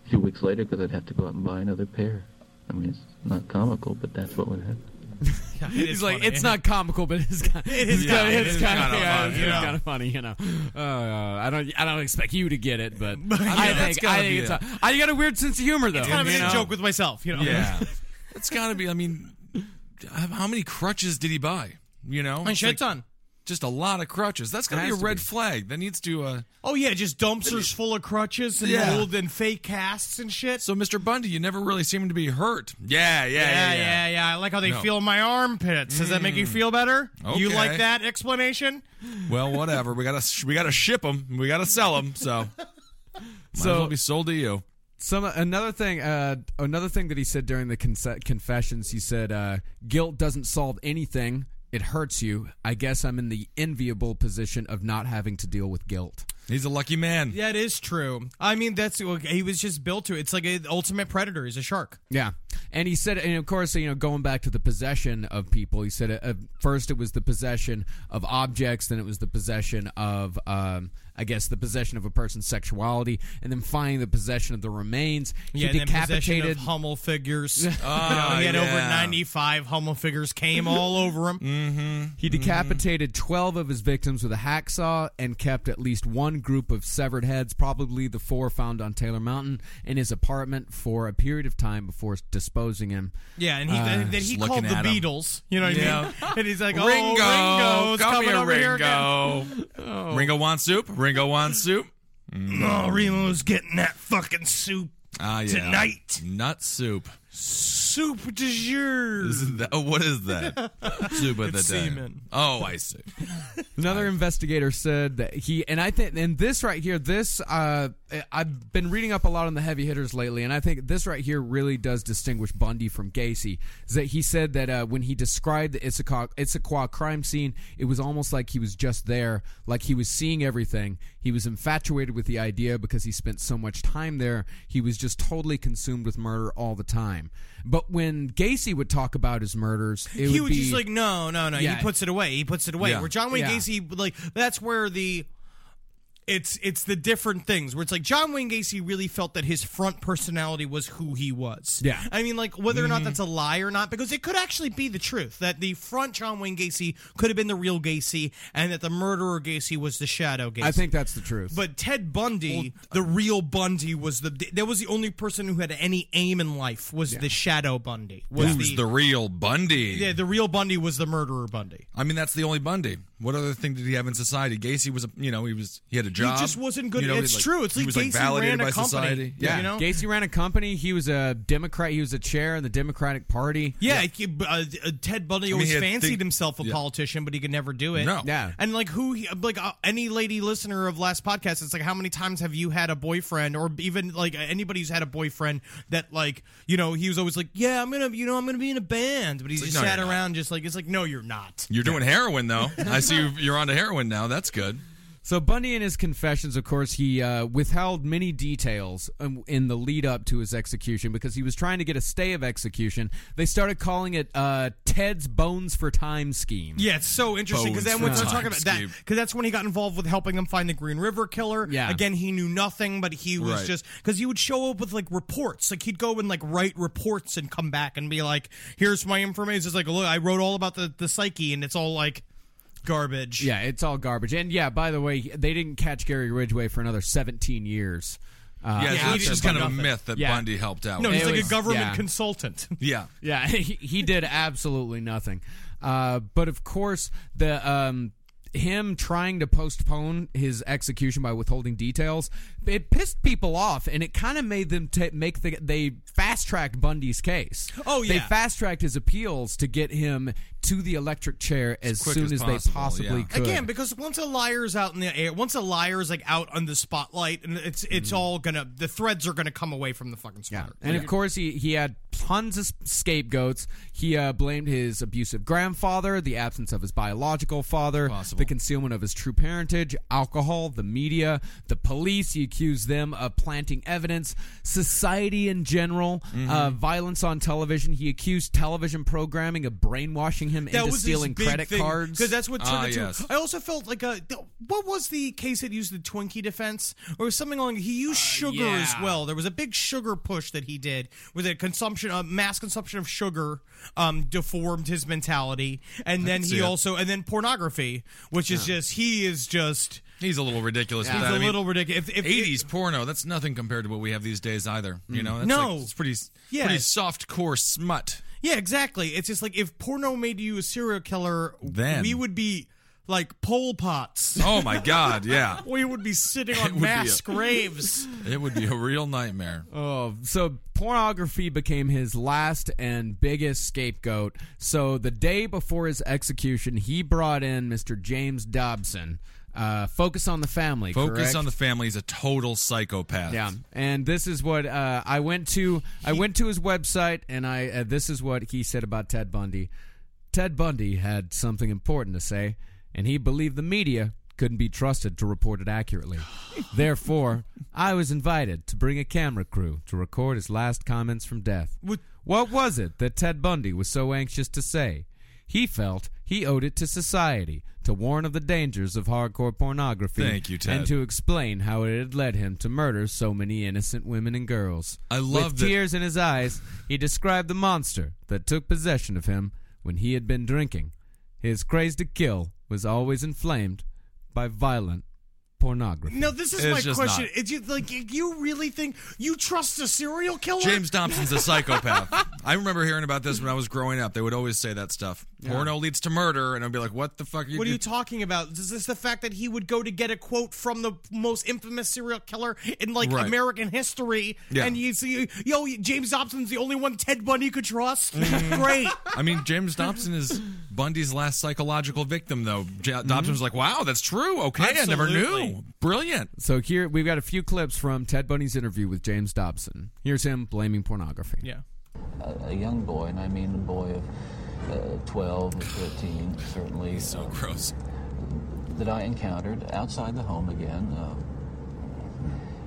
Speaker 12: a few weeks later because I'd have to go out and buy another pair. I mean, it's not comical, but that's what would happen.
Speaker 5: he's like, it's not comical, but it's kind of,
Speaker 6: It is
Speaker 5: kind
Speaker 6: kinda-
Speaker 5: of,
Speaker 6: it is
Speaker 5: kind
Speaker 6: kinda
Speaker 5: of,
Speaker 6: funny, you know.
Speaker 5: funny, you know. Uh, I don't, I don't expect you to get it, but
Speaker 6: Yeah,
Speaker 5: I
Speaker 6: that's
Speaker 5: think,
Speaker 6: gotta
Speaker 5: I think
Speaker 6: be
Speaker 5: it's,
Speaker 6: it.
Speaker 5: a, I got a weird sense of humor though.
Speaker 6: It's kind of an
Speaker 5: you
Speaker 6: in
Speaker 5: know?
Speaker 6: joke with myself, you know.
Speaker 7: Yeah. it's got to be. I mean, uh, how many crutches did he buy? You know,
Speaker 6: A
Speaker 7: It's
Speaker 6: shit
Speaker 7: like
Speaker 6: ton.
Speaker 7: Just a lot of crutches. That's got to be
Speaker 6: Has
Speaker 7: a
Speaker 6: to
Speaker 7: red
Speaker 6: be.
Speaker 7: flag. That needs to. Uh,
Speaker 6: Oh yeah, just dumpsters full of crutches and
Speaker 7: Yeah.
Speaker 6: old and fake casts and shit.
Speaker 7: So Mr. Bundy, you never really seem to be hurt. Yeah, yeah, yeah, yeah.
Speaker 6: yeah, I like how they
Speaker 7: No.
Speaker 6: feel in my armpits. Does that make you
Speaker 7: Mm.
Speaker 6: feel better? You
Speaker 7: Okay.
Speaker 6: like that explanation?
Speaker 7: Well, whatever. We gotta we gotta ship them. We gotta sell them. So,
Speaker 5: So-
Speaker 7: so well be sold to you.
Speaker 5: Some another thing, uh, another thing that he said during the conse- confessions, he said, uh, "Guilt doesn't solve anything; it hurts you." I guess I'm in the enviable position of not having to deal with guilt.
Speaker 7: He's a lucky man.
Speaker 6: That is true. I mean, that's he was just built to. it. It's like an ultimate predator. He's a shark.
Speaker 5: Yeah, and he said, and of course, you know, going back to the possession of people, he said uh, at first it was the possession of objects, then it was the possession of, um, I guess, the possession of a person's sexuality, and then finally the possession of the remains. He
Speaker 6: Yeah, and then possession
Speaker 5: decapitated.
Speaker 6: of Hummel figures.
Speaker 5: Ah,
Speaker 6: You know, Oh,
Speaker 7: Oh,
Speaker 6: he had over
Speaker 5: yeah.
Speaker 6: 95 Hummel figures came all over him. Mm-hmm.
Speaker 5: He decapitated 12 of his victims with a hacksaw and kept at least one group of severed heads, probably the four found on Taylor Mountain, in his apartment for a period of time before disposing him.
Speaker 6: Yeah, and he
Speaker 5: Uh,
Speaker 6: then then he
Speaker 5: Just
Speaker 6: called
Speaker 5: looking
Speaker 6: the
Speaker 5: at him.
Speaker 6: Beatles. You know what I mean? And he's like, oh,
Speaker 7: Ringo,
Speaker 6: Ringo's
Speaker 7: come
Speaker 6: coming
Speaker 7: here,
Speaker 6: over here
Speaker 7: Ringo.
Speaker 6: again. Oh.
Speaker 7: Ringo wants soup. Ringo wants soup.
Speaker 6: Oh, Remo's getting that fucking soup
Speaker 7: Ah, yeah.
Speaker 6: tonight.
Speaker 7: Nut soup.
Speaker 6: Soup de jour.
Speaker 7: Is that, oh, what is that? soup of
Speaker 5: It's
Speaker 7: the day.
Speaker 5: semen.
Speaker 7: Oh, I see.
Speaker 5: Another investigator said that he and I think and this right here, this uh, I've been reading up a lot on the heavy hitters lately, and I think this right here really does distinguish Bundy from Gacy. Is that he said that uh, when he described the Issaquah, Issaquah crime scene, it was almost like he was just there, like he was seeing everything. He was infatuated with the idea because he spent so much time there. He was just totally consumed with murder all the time. But when Gacy would talk about his murders, it
Speaker 6: he
Speaker 5: would
Speaker 6: was
Speaker 5: be,
Speaker 6: just like, no, no, no.
Speaker 5: Yeah.
Speaker 6: He puts it away. He puts it away.
Speaker 5: Yeah.
Speaker 6: Where John Wayne
Speaker 5: Yeah.
Speaker 6: Gacy, like, that's where the. It's it's the different things where it's like John Wayne Gacy really felt that his front personality was who he was.
Speaker 5: Yeah.
Speaker 6: I mean, like whether or not
Speaker 5: Mhm.
Speaker 6: that's a lie or not, because it could actually be the truth that the front John Wayne Gacy could have been the real Gacy, and that the murderer Gacy was the shadow Gacy.
Speaker 5: I think that's the truth.
Speaker 6: But Ted Bundy, the real Bundy, was the that was the only person who had any aim in life was the shadow Bundy. Was
Speaker 7: Who's the, real Bundy?
Speaker 6: yeah, the real Bundy was the murderer Bundy.
Speaker 7: I mean, that's the only Bundy. What other thing did he have in society? Gacy was, a, you know, he was he had a job.
Speaker 6: He just wasn't good.
Speaker 7: You know,
Speaker 6: it's
Speaker 7: he, like-
Speaker 6: true. It's
Speaker 7: he
Speaker 6: like
Speaker 7: was,
Speaker 6: Gacy
Speaker 7: validated
Speaker 6: ran a
Speaker 7: by
Speaker 6: company.
Speaker 7: society. Yeah,
Speaker 6: you know.
Speaker 5: Gacy ran a company. He was a Democrat. He was a chair in the Democratic Party.
Speaker 6: Yeah, it- uh, uh, Ted
Speaker 5: I
Speaker 6: Bundy
Speaker 5: mean,
Speaker 6: always
Speaker 5: he had
Speaker 6: fancied
Speaker 5: think-
Speaker 6: himself a
Speaker 5: yeah.
Speaker 6: politician, but he could never do it.
Speaker 5: No. Yeah.
Speaker 6: and like who, he, like uh, any lady listener of last podcast, it's like how many times have you had a boyfriend, or even like anybody who's had a boyfriend that like you know he was always like, yeah, I'm gonna, you know, I'm gonna be in a band, but he's
Speaker 7: It's
Speaker 6: just
Speaker 7: like, no,
Speaker 6: sat
Speaker 7: you're
Speaker 6: around just like it's like, no, you're not.
Speaker 7: You're doing heroin though. I see you- you're onto heroin now. That's good.
Speaker 5: So Bundy, in his confessions, of course, he uh, withheld many details um, in the lead up to his execution because he was trying to get a stay of execution. They started calling it uh, Ted's Bones for Time scheme.
Speaker 6: Yeah, it's so interesting because then
Speaker 5: Bones
Speaker 6: when
Speaker 5: for
Speaker 6: they're
Speaker 5: time
Speaker 6: talking about that,
Speaker 5: scheme.
Speaker 6: because that's when he got involved with helping them find the Green River Killer.
Speaker 5: Yeah.
Speaker 6: Again, he knew nothing, but he was
Speaker 5: Right.
Speaker 6: just because he would show up with like reports. Like he'd go and like write reports and come back and be like, "Here's my information." It's like, look, I wrote all about the the psyche, and it's all like garbage.
Speaker 5: Yeah, it's all garbage. And yeah, by the way, they didn't catch Gary Ridgway for another 17 years. Uh,
Speaker 7: yeah, so
Speaker 5: after
Speaker 7: it's just kind of a
Speaker 5: Bundy.
Speaker 7: myth that
Speaker 5: Yeah.
Speaker 7: Bundy helped out.
Speaker 6: No,
Speaker 7: with.
Speaker 6: he's like a government
Speaker 5: yeah.
Speaker 6: consultant.
Speaker 7: Yeah.
Speaker 5: Yeah, he, he did absolutely nothing. Uh, but of course, the um, him trying to postpone his execution by withholding details, it pissed people off, and it kind of made them ta make the they fast tracked Bundy's case.
Speaker 6: Oh,
Speaker 5: they
Speaker 6: yeah.
Speaker 5: fast tracked his appeals to get him to the electric chair as,
Speaker 6: quick
Speaker 5: soon as,
Speaker 6: as
Speaker 5: they
Speaker 6: possible,
Speaker 5: possibly could.
Speaker 6: Again, because once a liar's out in the air, once a liar's like out on the spotlight, and it's
Speaker 5: Mm-hmm.
Speaker 6: it's all gonna the threads are gonna come away from the fucking spotlight.
Speaker 5: And of course, he, he had tons of scapegoats. He uh, blamed his abusive grandfather, the absence of his biological father, the concealment of his true parentage, alcohol, the media, the police. He accused them of planting evidence, society in general, uh, violence on television. He accused television programming of brainwashing him into stealing credit cards.
Speaker 6: because that's what
Speaker 7: Ah,
Speaker 6: turned it to. I also felt like a th- what was the case that used the Twinkie defense or something along? He used
Speaker 7: Uh,
Speaker 6: sugar as
Speaker 5: yeah.
Speaker 6: well. There was a big sugar push that he did with a consumption, a mass consumption of sugar, um, deformed his mentality, and
Speaker 7: I
Speaker 6: then he
Speaker 7: can see it.
Speaker 6: also and then pornography, which is
Speaker 7: Yeah.
Speaker 6: just he is just.
Speaker 7: He's a little ridiculous.
Speaker 6: He's
Speaker 7: with that.
Speaker 6: a
Speaker 7: I mean,
Speaker 6: little ridiculous. If- if-
Speaker 7: 80s porno, that's nothing compared to what we have these days either. You know, that's
Speaker 6: Mm. No.
Speaker 7: like, it's pretty,
Speaker 6: Yeah.
Speaker 7: pretty soft core smut.
Speaker 6: Yeah, exactly. It's just like if porno made you a serial killer,
Speaker 7: Then.
Speaker 6: we would be like pole pots.
Speaker 7: Oh my God, yeah.
Speaker 6: we would be sitting
Speaker 7: It would
Speaker 6: on
Speaker 7: be
Speaker 6: mass
Speaker 7: a-
Speaker 6: graves.
Speaker 7: It would be a real nightmare.
Speaker 5: Oh, so pornography became his last and biggest scapegoat. So the day before his execution, he brought in Mr. James Dobson. Uh, focus on the family.
Speaker 7: Focus
Speaker 5: correct?
Speaker 7: on the family. He's a total psychopath.
Speaker 5: Yeah, and this is what uh, I went to. I went to his website, and I uh, this is what he said about Ted Bundy. Ted Bundy had something important to say, and he believed the media couldn't be trusted to report it accurately. Therefore, I was invited to bring a camera crew to record his last comments from death. What was it that Ted Bundy was so anxious to say? He felt he owed it to society to warn of the dangers of hardcore pornography
Speaker 7: Thank you, Ted.
Speaker 5: and to explain how it had led him to murder so many innocent women and girls.
Speaker 7: I love
Speaker 5: With
Speaker 7: that-
Speaker 5: tears in his eyes, he described the monster that took possession of him when he had been drinking. His craze to kill was always inflamed by violent pornography.
Speaker 6: No, this is my question. It's you, like you really think you trust a serial killer?
Speaker 7: James Dobson's a psychopath. I remember hearing about this when I was growing up. They would always say that stuff.
Speaker 6: Yeah.
Speaker 7: Porno leads to murder, and I'd be like, "What the fuck? Are you
Speaker 6: What are you
Speaker 7: doing?"
Speaker 6: talking about? Is this the fact that he would go to get a quote from the most infamous serial killer in like
Speaker 7: Right.
Speaker 6: American history?
Speaker 7: Yeah.
Speaker 6: And you see, yo, James Dobson's the only one Ted Bundy could trust. Great.
Speaker 7: I mean, James Dobson is Bundy's last psychological victim, though. J-
Speaker 6: Mm-hmm.
Speaker 7: Dobson was like, "Wow, that's true. Okay, I never knew.
Speaker 5: Absolutely.
Speaker 7: Brilliant."
Speaker 5: So here we've got a few clips from Ted Bundy's interview with James Dobson. Here's him blaming pornography.
Speaker 6: Yeah.
Speaker 12: a, a young boy, and I mean a boy of uh, 12 or 13, certainly. so
Speaker 7: gross.
Speaker 12: That I encountered outside the home again, uh,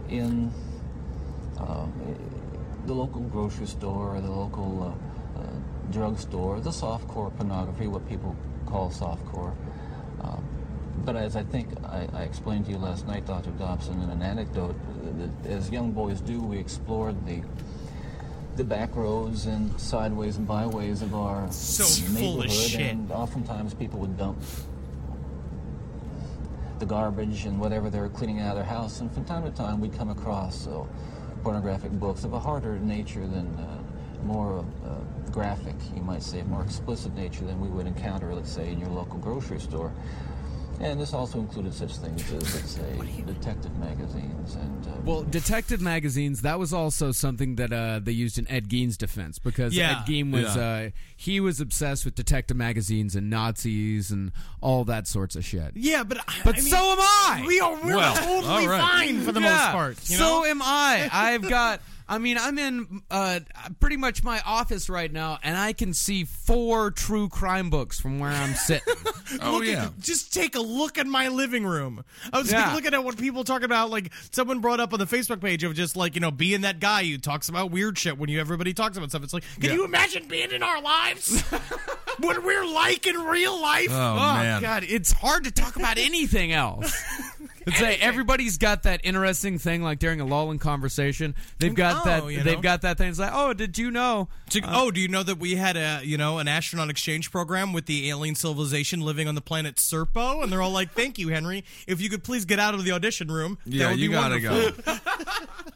Speaker 12: in uh, the local grocery store, the local uh, uh, drugstore, the softcore pornography, what people call softcore. Uh, but as I think I, I explained to you last night, Dr. Dobson, in an anecdote, uh, that as young boys do, we explored the the back roads and sideways and byways of our
Speaker 6: So full
Speaker 12: neighborhood,
Speaker 6: of shit.
Speaker 12: and oftentimes people would dump the garbage and whatever they were cleaning out of their house, and from time to time we'd come across so pornographic books of a harder nature than uh, more uh, graphic, you might say, more explicit nature than we would encounter, let's say, in your local grocery store. And this also included such things as, let's say, detective magazines and uh,
Speaker 5: Well, detective magazines, that was also something that uh, they used in Ed Gein's defense because
Speaker 12: Yeah.
Speaker 5: Ed Gein was
Speaker 12: Yeah.
Speaker 5: uh, he was obsessed with detective magazines and Nazis and all that sorts of shit.
Speaker 6: Yeah, but I-
Speaker 5: But
Speaker 6: I mean,
Speaker 5: so am I.
Speaker 6: We are we're
Speaker 5: Well,
Speaker 6: totally
Speaker 5: all right.
Speaker 6: fine for the most
Speaker 5: Yeah,
Speaker 6: part. You
Speaker 5: so
Speaker 6: know?
Speaker 5: am I. I've got. I mean, I'm in uh, pretty much my office right now, and I can see four true crime books from where I'm sitting.
Speaker 7: Oh,
Speaker 6: Look at-
Speaker 7: yeah.
Speaker 6: just take a look at my living room. I was
Speaker 7: Yeah.
Speaker 6: like looking at what people talking about. Like someone brought up on the Facebook page of just like you know being that guy who talks about weird shit when you everybody talks about stuff. It's like, can
Speaker 3: Yeah.
Speaker 6: you imagine being in our lives? what we're like in real life?
Speaker 5: Oh, man.
Speaker 6: god, it's hard to talk about
Speaker 5: anything else. It's like everybody's got that interesting thing, like during a lull in conversation, they've got
Speaker 6: Oh,
Speaker 5: that.
Speaker 6: you know.
Speaker 5: They've got that thing. It's like, oh, did you know?
Speaker 6: oh, do you know that we had a you know an astronaut exchange program with the alien civilization living on the planet Serpo, and they're all like, "Thank you, Henry. If you could please get out of the audition room,
Speaker 7: Yeah,
Speaker 6: that would
Speaker 7: you
Speaker 6: be
Speaker 7: gotta
Speaker 6: wonderful."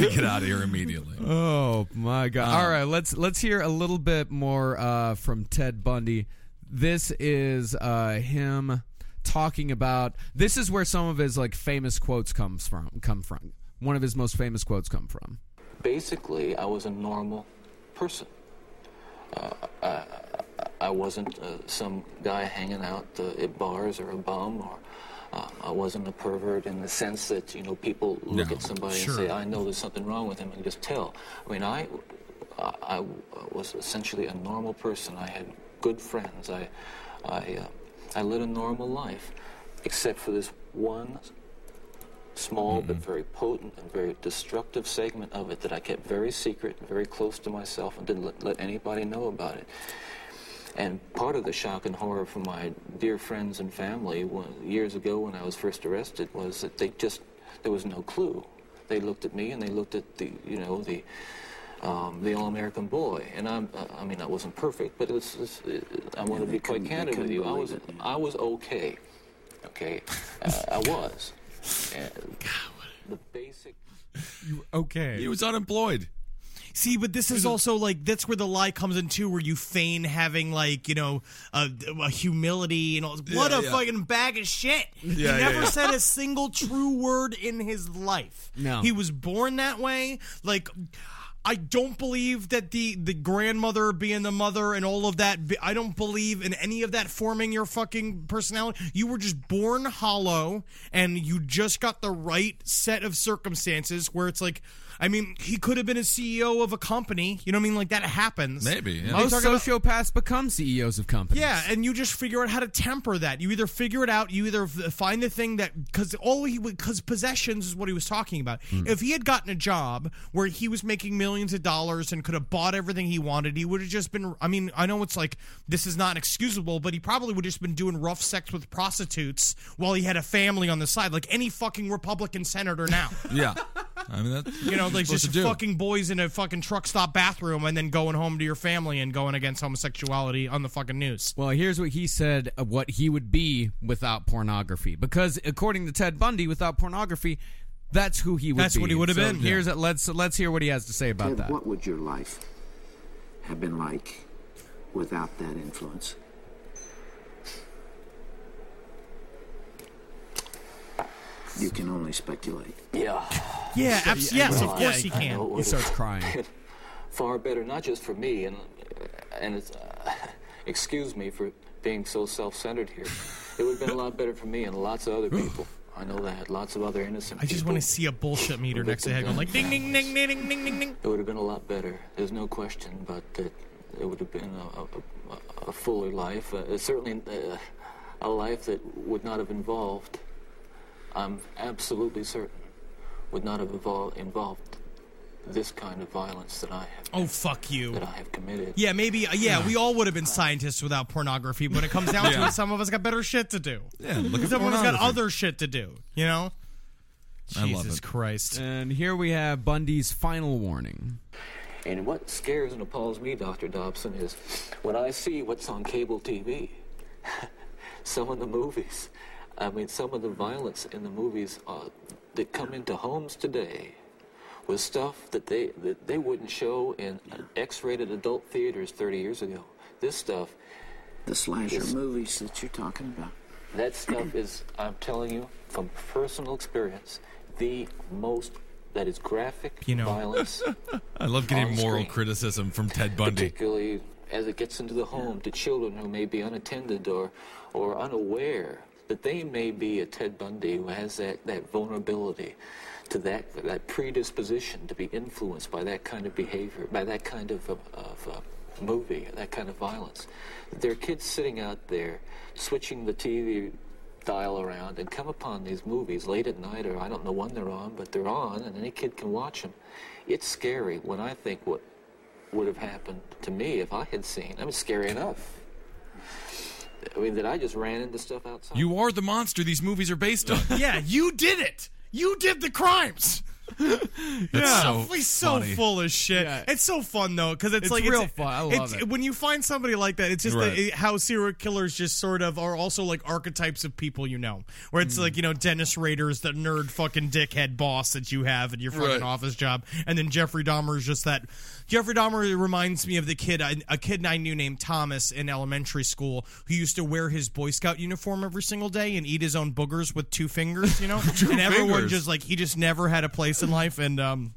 Speaker 7: Get out of here immediately.
Speaker 5: Oh my god! All right, let's let's hear a little bit more uh, from Ted Bundy. This is uh, him talking about. This is where some of his like famous quotes comes from. Come from one of his most famous quotes come from.
Speaker 17: Basically, I was a normal person. Uh, I, I wasn't uh, some guy hanging out uh, at bars or a bum, or uh, I wasn't a pervert in the sense that you know people look
Speaker 7: No,
Speaker 17: at somebody
Speaker 7: sure.
Speaker 17: and say, "I know there's something wrong with him," and just tell. I mean, I, I, I was essentially a normal person. I had good friends. I, I, uh, I led a normal life, except for this one small but very potent and very destructive segment of it that I kept very secret and very close to myself and didn't let, let anybody know about it. And part of the shock and horror for my dear friends and family wa- years ago when I was first arrested was that they just there was no clue. They looked at me and they looked at the you know the um, the all-American boy, and I'm I mean I wasn't perfect, but it's, it's I want to be quite candid with you. I was I was okay, okay, uh, I was. And the basic
Speaker 6: okay.
Speaker 7: He was unemployed.
Speaker 6: See, but this is also like that's where the lie comes in too, where you feign having like you know a, a humility and all. What
Speaker 3: Yeah,
Speaker 6: a
Speaker 3: yeah.
Speaker 6: fucking bag of shit! he
Speaker 3: Yeah, yeah,
Speaker 6: never
Speaker 3: yeah.
Speaker 6: said a single true word in his life.
Speaker 3: No.
Speaker 6: he was born that way. Like. I don't believe that the, the grandmother being the mother and all of that. be- I don't believe in any of that forming your fucking personality. You were just born hollow, and you just got the right set of circumstances where it's like, I mean, he could have been a CEO of a company. You know what I mean? Like that happens.
Speaker 7: Maybe, yeah.
Speaker 6: Are you
Speaker 5: Most
Speaker 6: talking about-
Speaker 5: sociopaths become CEOs of companies.
Speaker 6: yeah, and you just figure out how to temper that. You either figure it out, you either f- find the thing that because all he because possessions is what he was talking about.
Speaker 3: Hmm.
Speaker 6: If he had gotten a job where he was making millions of dollars and could have bought everything he wanted, he would have just been. I mean, I know it's like this is not excusable, but he probably would have just been doing rough sex with prostitutes while he had a family on the side, like any fucking Republican senator now.
Speaker 7: Yeah. I mean, that's
Speaker 6: You know, like
Speaker 7: supposed
Speaker 6: just
Speaker 7: to do.
Speaker 6: fucking boys in a fucking truck stop bathroom and then going home to your family and going against homosexuality on the fucking news.
Speaker 5: Well, here's what he said of what he would be without pornography. Because according to Ted Bundy, without pornography, that's who he would
Speaker 6: That's
Speaker 5: be.
Speaker 6: what he would have
Speaker 5: So
Speaker 6: been.
Speaker 5: Here's a, let's let's hear what he has to say about
Speaker 11: Ted,
Speaker 5: that.
Speaker 11: What would your life have been like without that influence? You can only speculate.
Speaker 17: Yeah.
Speaker 11: Yeah, abs- yes, of
Speaker 17: I-
Speaker 11: course
Speaker 17: I
Speaker 11: he can.
Speaker 17: know it
Speaker 11: He
Speaker 17: would've
Speaker 11: starts
Speaker 5: crying.
Speaker 17: been Far better, not just for me, and and it's, uh, excuse me for being so self-centered here. It would have been a lot better for me and lots of other people. I know that lots of other innocent.
Speaker 6: I just
Speaker 17: people.
Speaker 6: want to see a bullshit meter next to head going like ding ding ding ding ding ding ding ding.
Speaker 17: It would have been a lot better. There's no question, but it, it would have been a, a- a, a fuller life. Uh, certainly uh, a life that would not have involved, I'm absolutely certain, would not have evol- involved this kind of violence that I have,
Speaker 6: Oh fuck you.
Speaker 17: that I have committed.
Speaker 6: Yeah, maybe. uh, Yeah, we all would have been scientists without pornography. But it comes down to
Speaker 17: Yeah.
Speaker 6: it, some of us got better shit to do.
Speaker 7: Yeah, look at
Speaker 6: some of us got
Speaker 7: pornography.
Speaker 6: other shit to do. You know. Jesus Christ.
Speaker 5: And here we have Bundy's final warning.
Speaker 17: And what scares and appalls me, Dr. Dobson, is when I see what's on cable TV, some of the movies, I mean, some of the violence in the movies uh, that come into homes today was stuff that they, that they wouldn't show in X rated adult theaters 30 years ago. This stuff.
Speaker 11: The slasher
Speaker 17: is-
Speaker 11: movies that you're talking about.
Speaker 17: that stuff is, I'm telling you, from personal experience, the most that is graphic
Speaker 7: You know.
Speaker 17: violence.
Speaker 7: I love getting
Speaker 17: on
Speaker 7: moral
Speaker 17: screen.
Speaker 7: criticism from Ted Bundy.
Speaker 17: particularly as it gets into the home to children who may be unattended or, or unaware that they may be a Ted Bundy who has that, that vulnerability to that, that predisposition to be influenced by that kind of behavior, by that kind of, uh, of uh, movie, that kind of violence. There are kids sitting out there switching the TV dial around and come upon these movies late at night, or I don't know when they're on, but they're on, and any kid can watch them. It's scary when I think what would have happened to me if I had seen. I mean, scary enough. I mean, that I just ran into stuff outside.
Speaker 7: You are the monster these movies are based on.
Speaker 6: yeah, you did it. You did the crimes. yeah,
Speaker 7: so
Speaker 6: he's so
Speaker 7: funny.
Speaker 6: full of shit. It's so fun though, because it's,
Speaker 5: It's
Speaker 6: like
Speaker 5: real fun. I love
Speaker 6: it's-
Speaker 5: it.
Speaker 6: When you find somebody like that, it's just
Speaker 5: Right.
Speaker 6: the- eh, how serial killers just sort of are also like archetypes of people you know, where it's like you know Dennis Rader's the nerd fucking dickhead boss that you have in your fucking
Speaker 5: Right.
Speaker 6: office job, and then Jeffrey Dahmer's just that. Jeffrey Dahmer reminds me of the kid I, a kid I knew named Thomas in elementary school who used to wear his Boy Scout uniform every single day and eat his own boogers with two fingers, you know, and everyone
Speaker 5: fingers.
Speaker 6: just like he just never had a place in life and um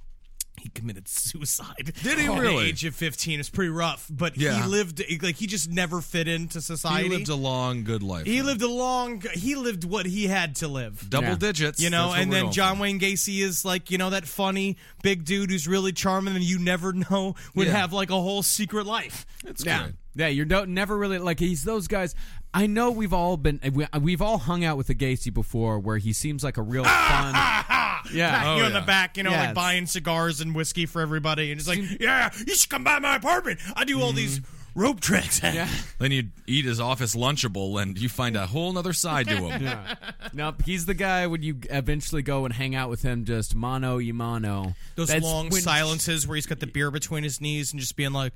Speaker 6: he committed suicide.
Speaker 7: Did he
Speaker 6: at the
Speaker 7: really?
Speaker 6: age of fifteen? It's pretty rough, but
Speaker 7: Yeah.
Speaker 6: he lived like he just never fit into society.
Speaker 7: He lived a long, good life.
Speaker 6: He lived a long. He lived what he had to live.
Speaker 7: Double Yeah. digits,
Speaker 6: you know.
Speaker 7: that's what
Speaker 6: And
Speaker 7: we're
Speaker 6: then
Speaker 7: going
Speaker 6: John Wayne Gacy is like, you know, that funny big dude who's really charming, and you never know would
Speaker 5: Yeah.
Speaker 6: have like a whole secret life.
Speaker 5: yeah. Yeah, you're no, never really like he's those guys. I know we've all been we, we've all hung out with the Gacy before, where he seems like a real
Speaker 7: Ah!
Speaker 5: fun. yeah,
Speaker 6: Pat
Speaker 5: Oh,
Speaker 6: you on
Speaker 5: yeah.
Speaker 6: the back, you know,
Speaker 5: Yeah,
Speaker 6: like
Speaker 5: it's-
Speaker 6: buying cigars and whiskey for everybody, and it's like, yeah, you should come by my apartment. I do all
Speaker 7: Mm-hmm.
Speaker 6: these rope tricks. Yeah.
Speaker 7: Then you eat his office lunchable, and you find a whole other side to him.
Speaker 5: Yeah. Nope, he's the guy when you eventually go and hang out with him, just mano y mano.
Speaker 6: Those
Speaker 5: That's
Speaker 6: long
Speaker 5: when-
Speaker 6: silences where he's got the beer between his knees and just being like,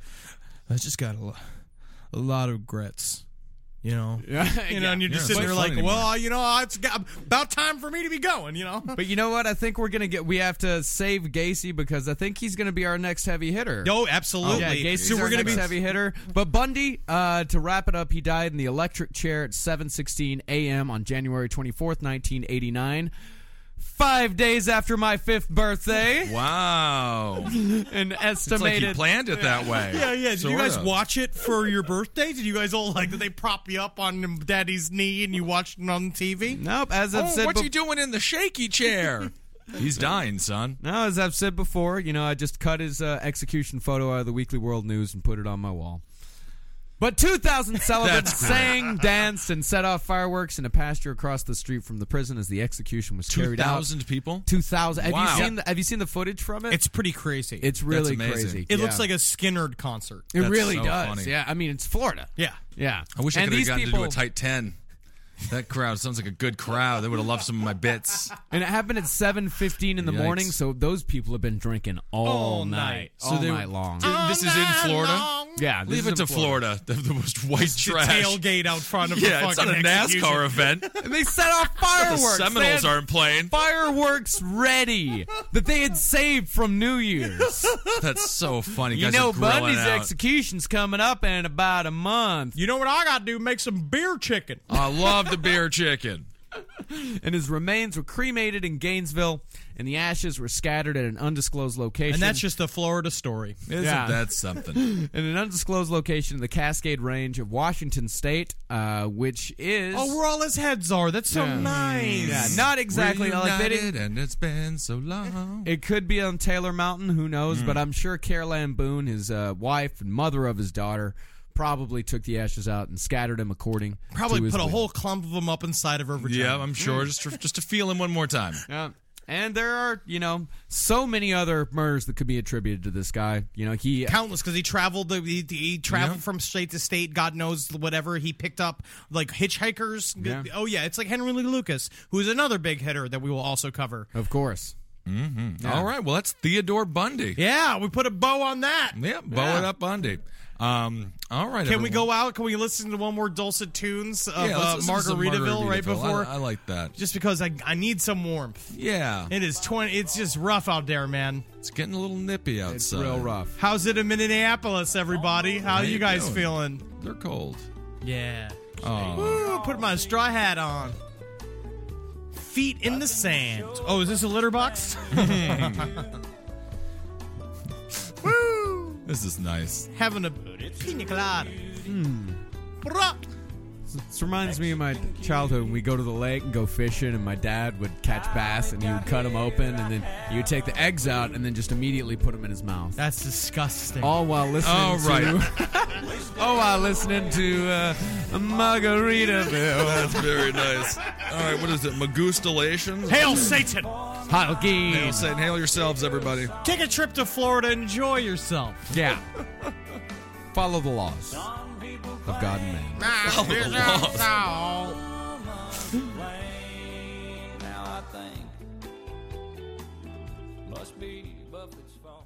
Speaker 6: I just got a, lo- a lot of regrets. You know,
Speaker 5: Yeah.
Speaker 6: you know, and you're
Speaker 5: Yeah,
Speaker 6: just
Speaker 5: it's
Speaker 6: sitting
Speaker 5: not fun
Speaker 6: there like,
Speaker 5: anymore.
Speaker 6: well, you know, it's got- about time for me to be going. You know,
Speaker 5: But you know what? I think we're gonna get. We have to save Gacy because I think he's gonna be our next heavy hitter.
Speaker 6: No, absolutely.
Speaker 5: Yeah, Gacy's
Speaker 6: So we're
Speaker 5: our
Speaker 6: gonna
Speaker 5: next
Speaker 6: be-
Speaker 5: heavy hitter. But Bundy, uh, to wrap it up, he died in the electric chair at 7:16 a.m. on January 24th, 1989. Five days after my fifth birthday.
Speaker 7: Wow.
Speaker 5: An estimated.
Speaker 7: planned it that way.
Speaker 6: yeah, yeah. Did you
Speaker 7: Sort
Speaker 6: guys
Speaker 7: of.
Speaker 6: watch it for your birthday? Did you guys all like? Did they prop you up on Daddy's knee and you watched it on TV?
Speaker 5: Nope. As I've
Speaker 6: Oh,
Speaker 5: said,
Speaker 6: what you
Speaker 7: doing in the shaky chair? He's dying, son.
Speaker 5: No, as I've said before, you know, I just cut his uh, execution photo out of the Weekly World News and put it on my wall. But 2,000 celebrants
Speaker 7: That's cool.
Speaker 5: sang, danced, and set off fireworks in a pasture across the street from the prison as the execution was carried out.
Speaker 7: 2,000 people?
Speaker 5: 2,000. Have
Speaker 7: Wow.
Speaker 5: you seen? The, have you seen the footage from it?
Speaker 6: It's pretty crazy.
Speaker 5: It's really crazy.
Speaker 6: It
Speaker 5: Yeah.
Speaker 6: looks like a Skinnerd concert.
Speaker 5: It really does. Yeah, I mean, it's Florida.
Speaker 6: Yeah.
Speaker 5: yeah.
Speaker 7: I wish I
Speaker 5: and
Speaker 7: could have
Speaker 5: these
Speaker 7: gotten
Speaker 5: people,
Speaker 7: to do a tight 10. That crowd sounds like a good crowd. They would have loved some of my bits.
Speaker 5: And it happened at 7:15 in the
Speaker 7: Yikes.
Speaker 5: morning, so those people have been drinking all, night, all
Speaker 7: they-
Speaker 5: night long.
Speaker 7: Dude, this is in Florida.
Speaker 5: Yeah, this
Speaker 7: leave
Speaker 5: is
Speaker 7: it
Speaker 5: in
Speaker 7: to Florida. The, the most white
Speaker 6: The
Speaker 7: trash
Speaker 6: tailgate out front of
Speaker 7: yeah,
Speaker 6: the
Speaker 7: it's
Speaker 6: fucking
Speaker 7: not a NASCAR
Speaker 6: execution.
Speaker 7: event.
Speaker 5: And they set off fireworks.
Speaker 7: The
Speaker 5: They
Speaker 7: Seminoles
Speaker 5: had
Speaker 7: aren't playing.
Speaker 5: Fireworks ready that they had saved from New Year's.
Speaker 7: That's so funny.
Speaker 5: You
Speaker 7: Guys
Speaker 5: know,
Speaker 7: are grilling
Speaker 5: Bundy's
Speaker 7: out.
Speaker 5: execution's coming up in about a month.
Speaker 6: You know what I got to do? Make some beer chicken.
Speaker 7: I love the beer chicken.
Speaker 5: and his remains were cremated in Gainesville, and the ashes were scattered at an undisclosed location.
Speaker 6: And that's just a Florida story.
Speaker 5: Isn't
Speaker 7: that something?
Speaker 5: In an undisclosed location in the Cascade Range of Washington State, uh, which is
Speaker 6: Oh, where all his heads are. That's so
Speaker 5: Yeah.
Speaker 6: nice.
Speaker 5: Yeah, not exactly like they
Speaker 7: Reunited
Speaker 5: didn't.
Speaker 7: and it's been so long.
Speaker 5: It could be on Taylor Mountain, who knows?
Speaker 6: Hmm.
Speaker 7: Mm.
Speaker 5: But I'm sure Caroline Boone, his uh, wife and mother of his daughter, probably took the ashes out and scattered them according.
Speaker 6: Probably
Speaker 5: to his
Speaker 6: put a
Speaker 5: will.
Speaker 6: whole clump of them up inside of her vagina.
Speaker 7: Yeah, I'm
Speaker 6: Mm.
Speaker 7: sure. Just to, just to feel him one more time.
Speaker 5: Yeah. And there are, you know, so many other murders that could be attributed to this guy. You know, he
Speaker 6: countless because he traveled the he, he traveled
Speaker 5: Yeah.
Speaker 6: from state to state god knows whatever he picked up like hitchhikers
Speaker 5: Yeah.
Speaker 6: oh yeah it's like henry lee lucas who's another big hitter that we will also cover
Speaker 5: of course
Speaker 7: hmm
Speaker 6: Yeah.
Speaker 7: All right. Well, that's Theodore Bundy.
Speaker 6: yeah we put a bow on that
Speaker 7: Yeah, bow it up, Bundy. Um, all right.
Speaker 6: can we
Speaker 7: everyone.
Speaker 6: go out can we listen to one more dulcet tunes of
Speaker 7: Yeah,
Speaker 6: uh,
Speaker 7: let's listen to some
Speaker 6: margaritaville right
Speaker 7: Margaritaville.
Speaker 6: before
Speaker 7: I, I like that.
Speaker 6: just because I, I need some warmth
Speaker 7: Yeah.
Speaker 6: it is 20 it's just rough out there man
Speaker 7: it's getting a little nippy outside
Speaker 5: real rough
Speaker 6: how's it in minneapolis everybody how
Speaker 7: How
Speaker 6: you
Speaker 7: you
Speaker 6: guys
Speaker 7: doing?
Speaker 6: feeling
Speaker 7: They're cold.
Speaker 6: yeah
Speaker 7: Oh.
Speaker 6: Woo, put my straw hat on. Feet in the sand. Oh, is this a litter box? Woo!
Speaker 7: This is nice.
Speaker 6: Having a pina colada. Bruh.
Speaker 5: This reminds me of my childhood when we go to the lake and go fishing, and my dad would catch bass and he would cut them open, and then he would take the eggs out and then just immediately put them in his mouth.
Speaker 6: That's disgusting.
Speaker 5: All while listening
Speaker 6: All
Speaker 5: to. all while listening to uh, Margaritaville.
Speaker 7: That's very nice. All right, what is it? Magustalations?
Speaker 6: Hail Satan!
Speaker 5: Halgeen!
Speaker 7: Hail Satan. Hail yourselves, everybody.
Speaker 6: Take a trip to Florida. Enjoy yourself.
Speaker 5: Yeah. Follow the laws of God and man.
Speaker 3: Now I think must be Buffett's fault.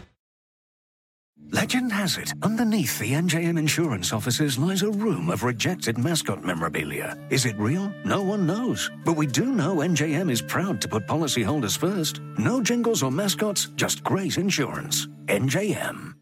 Speaker 1: Legend has it, underneath the NJM insurance offices lies a room of rejected mascot memorabilia. Is it real? No one knows. But we do know NJM is proud to put policyholders first. No jingles or mascots, just great insurance. NJM.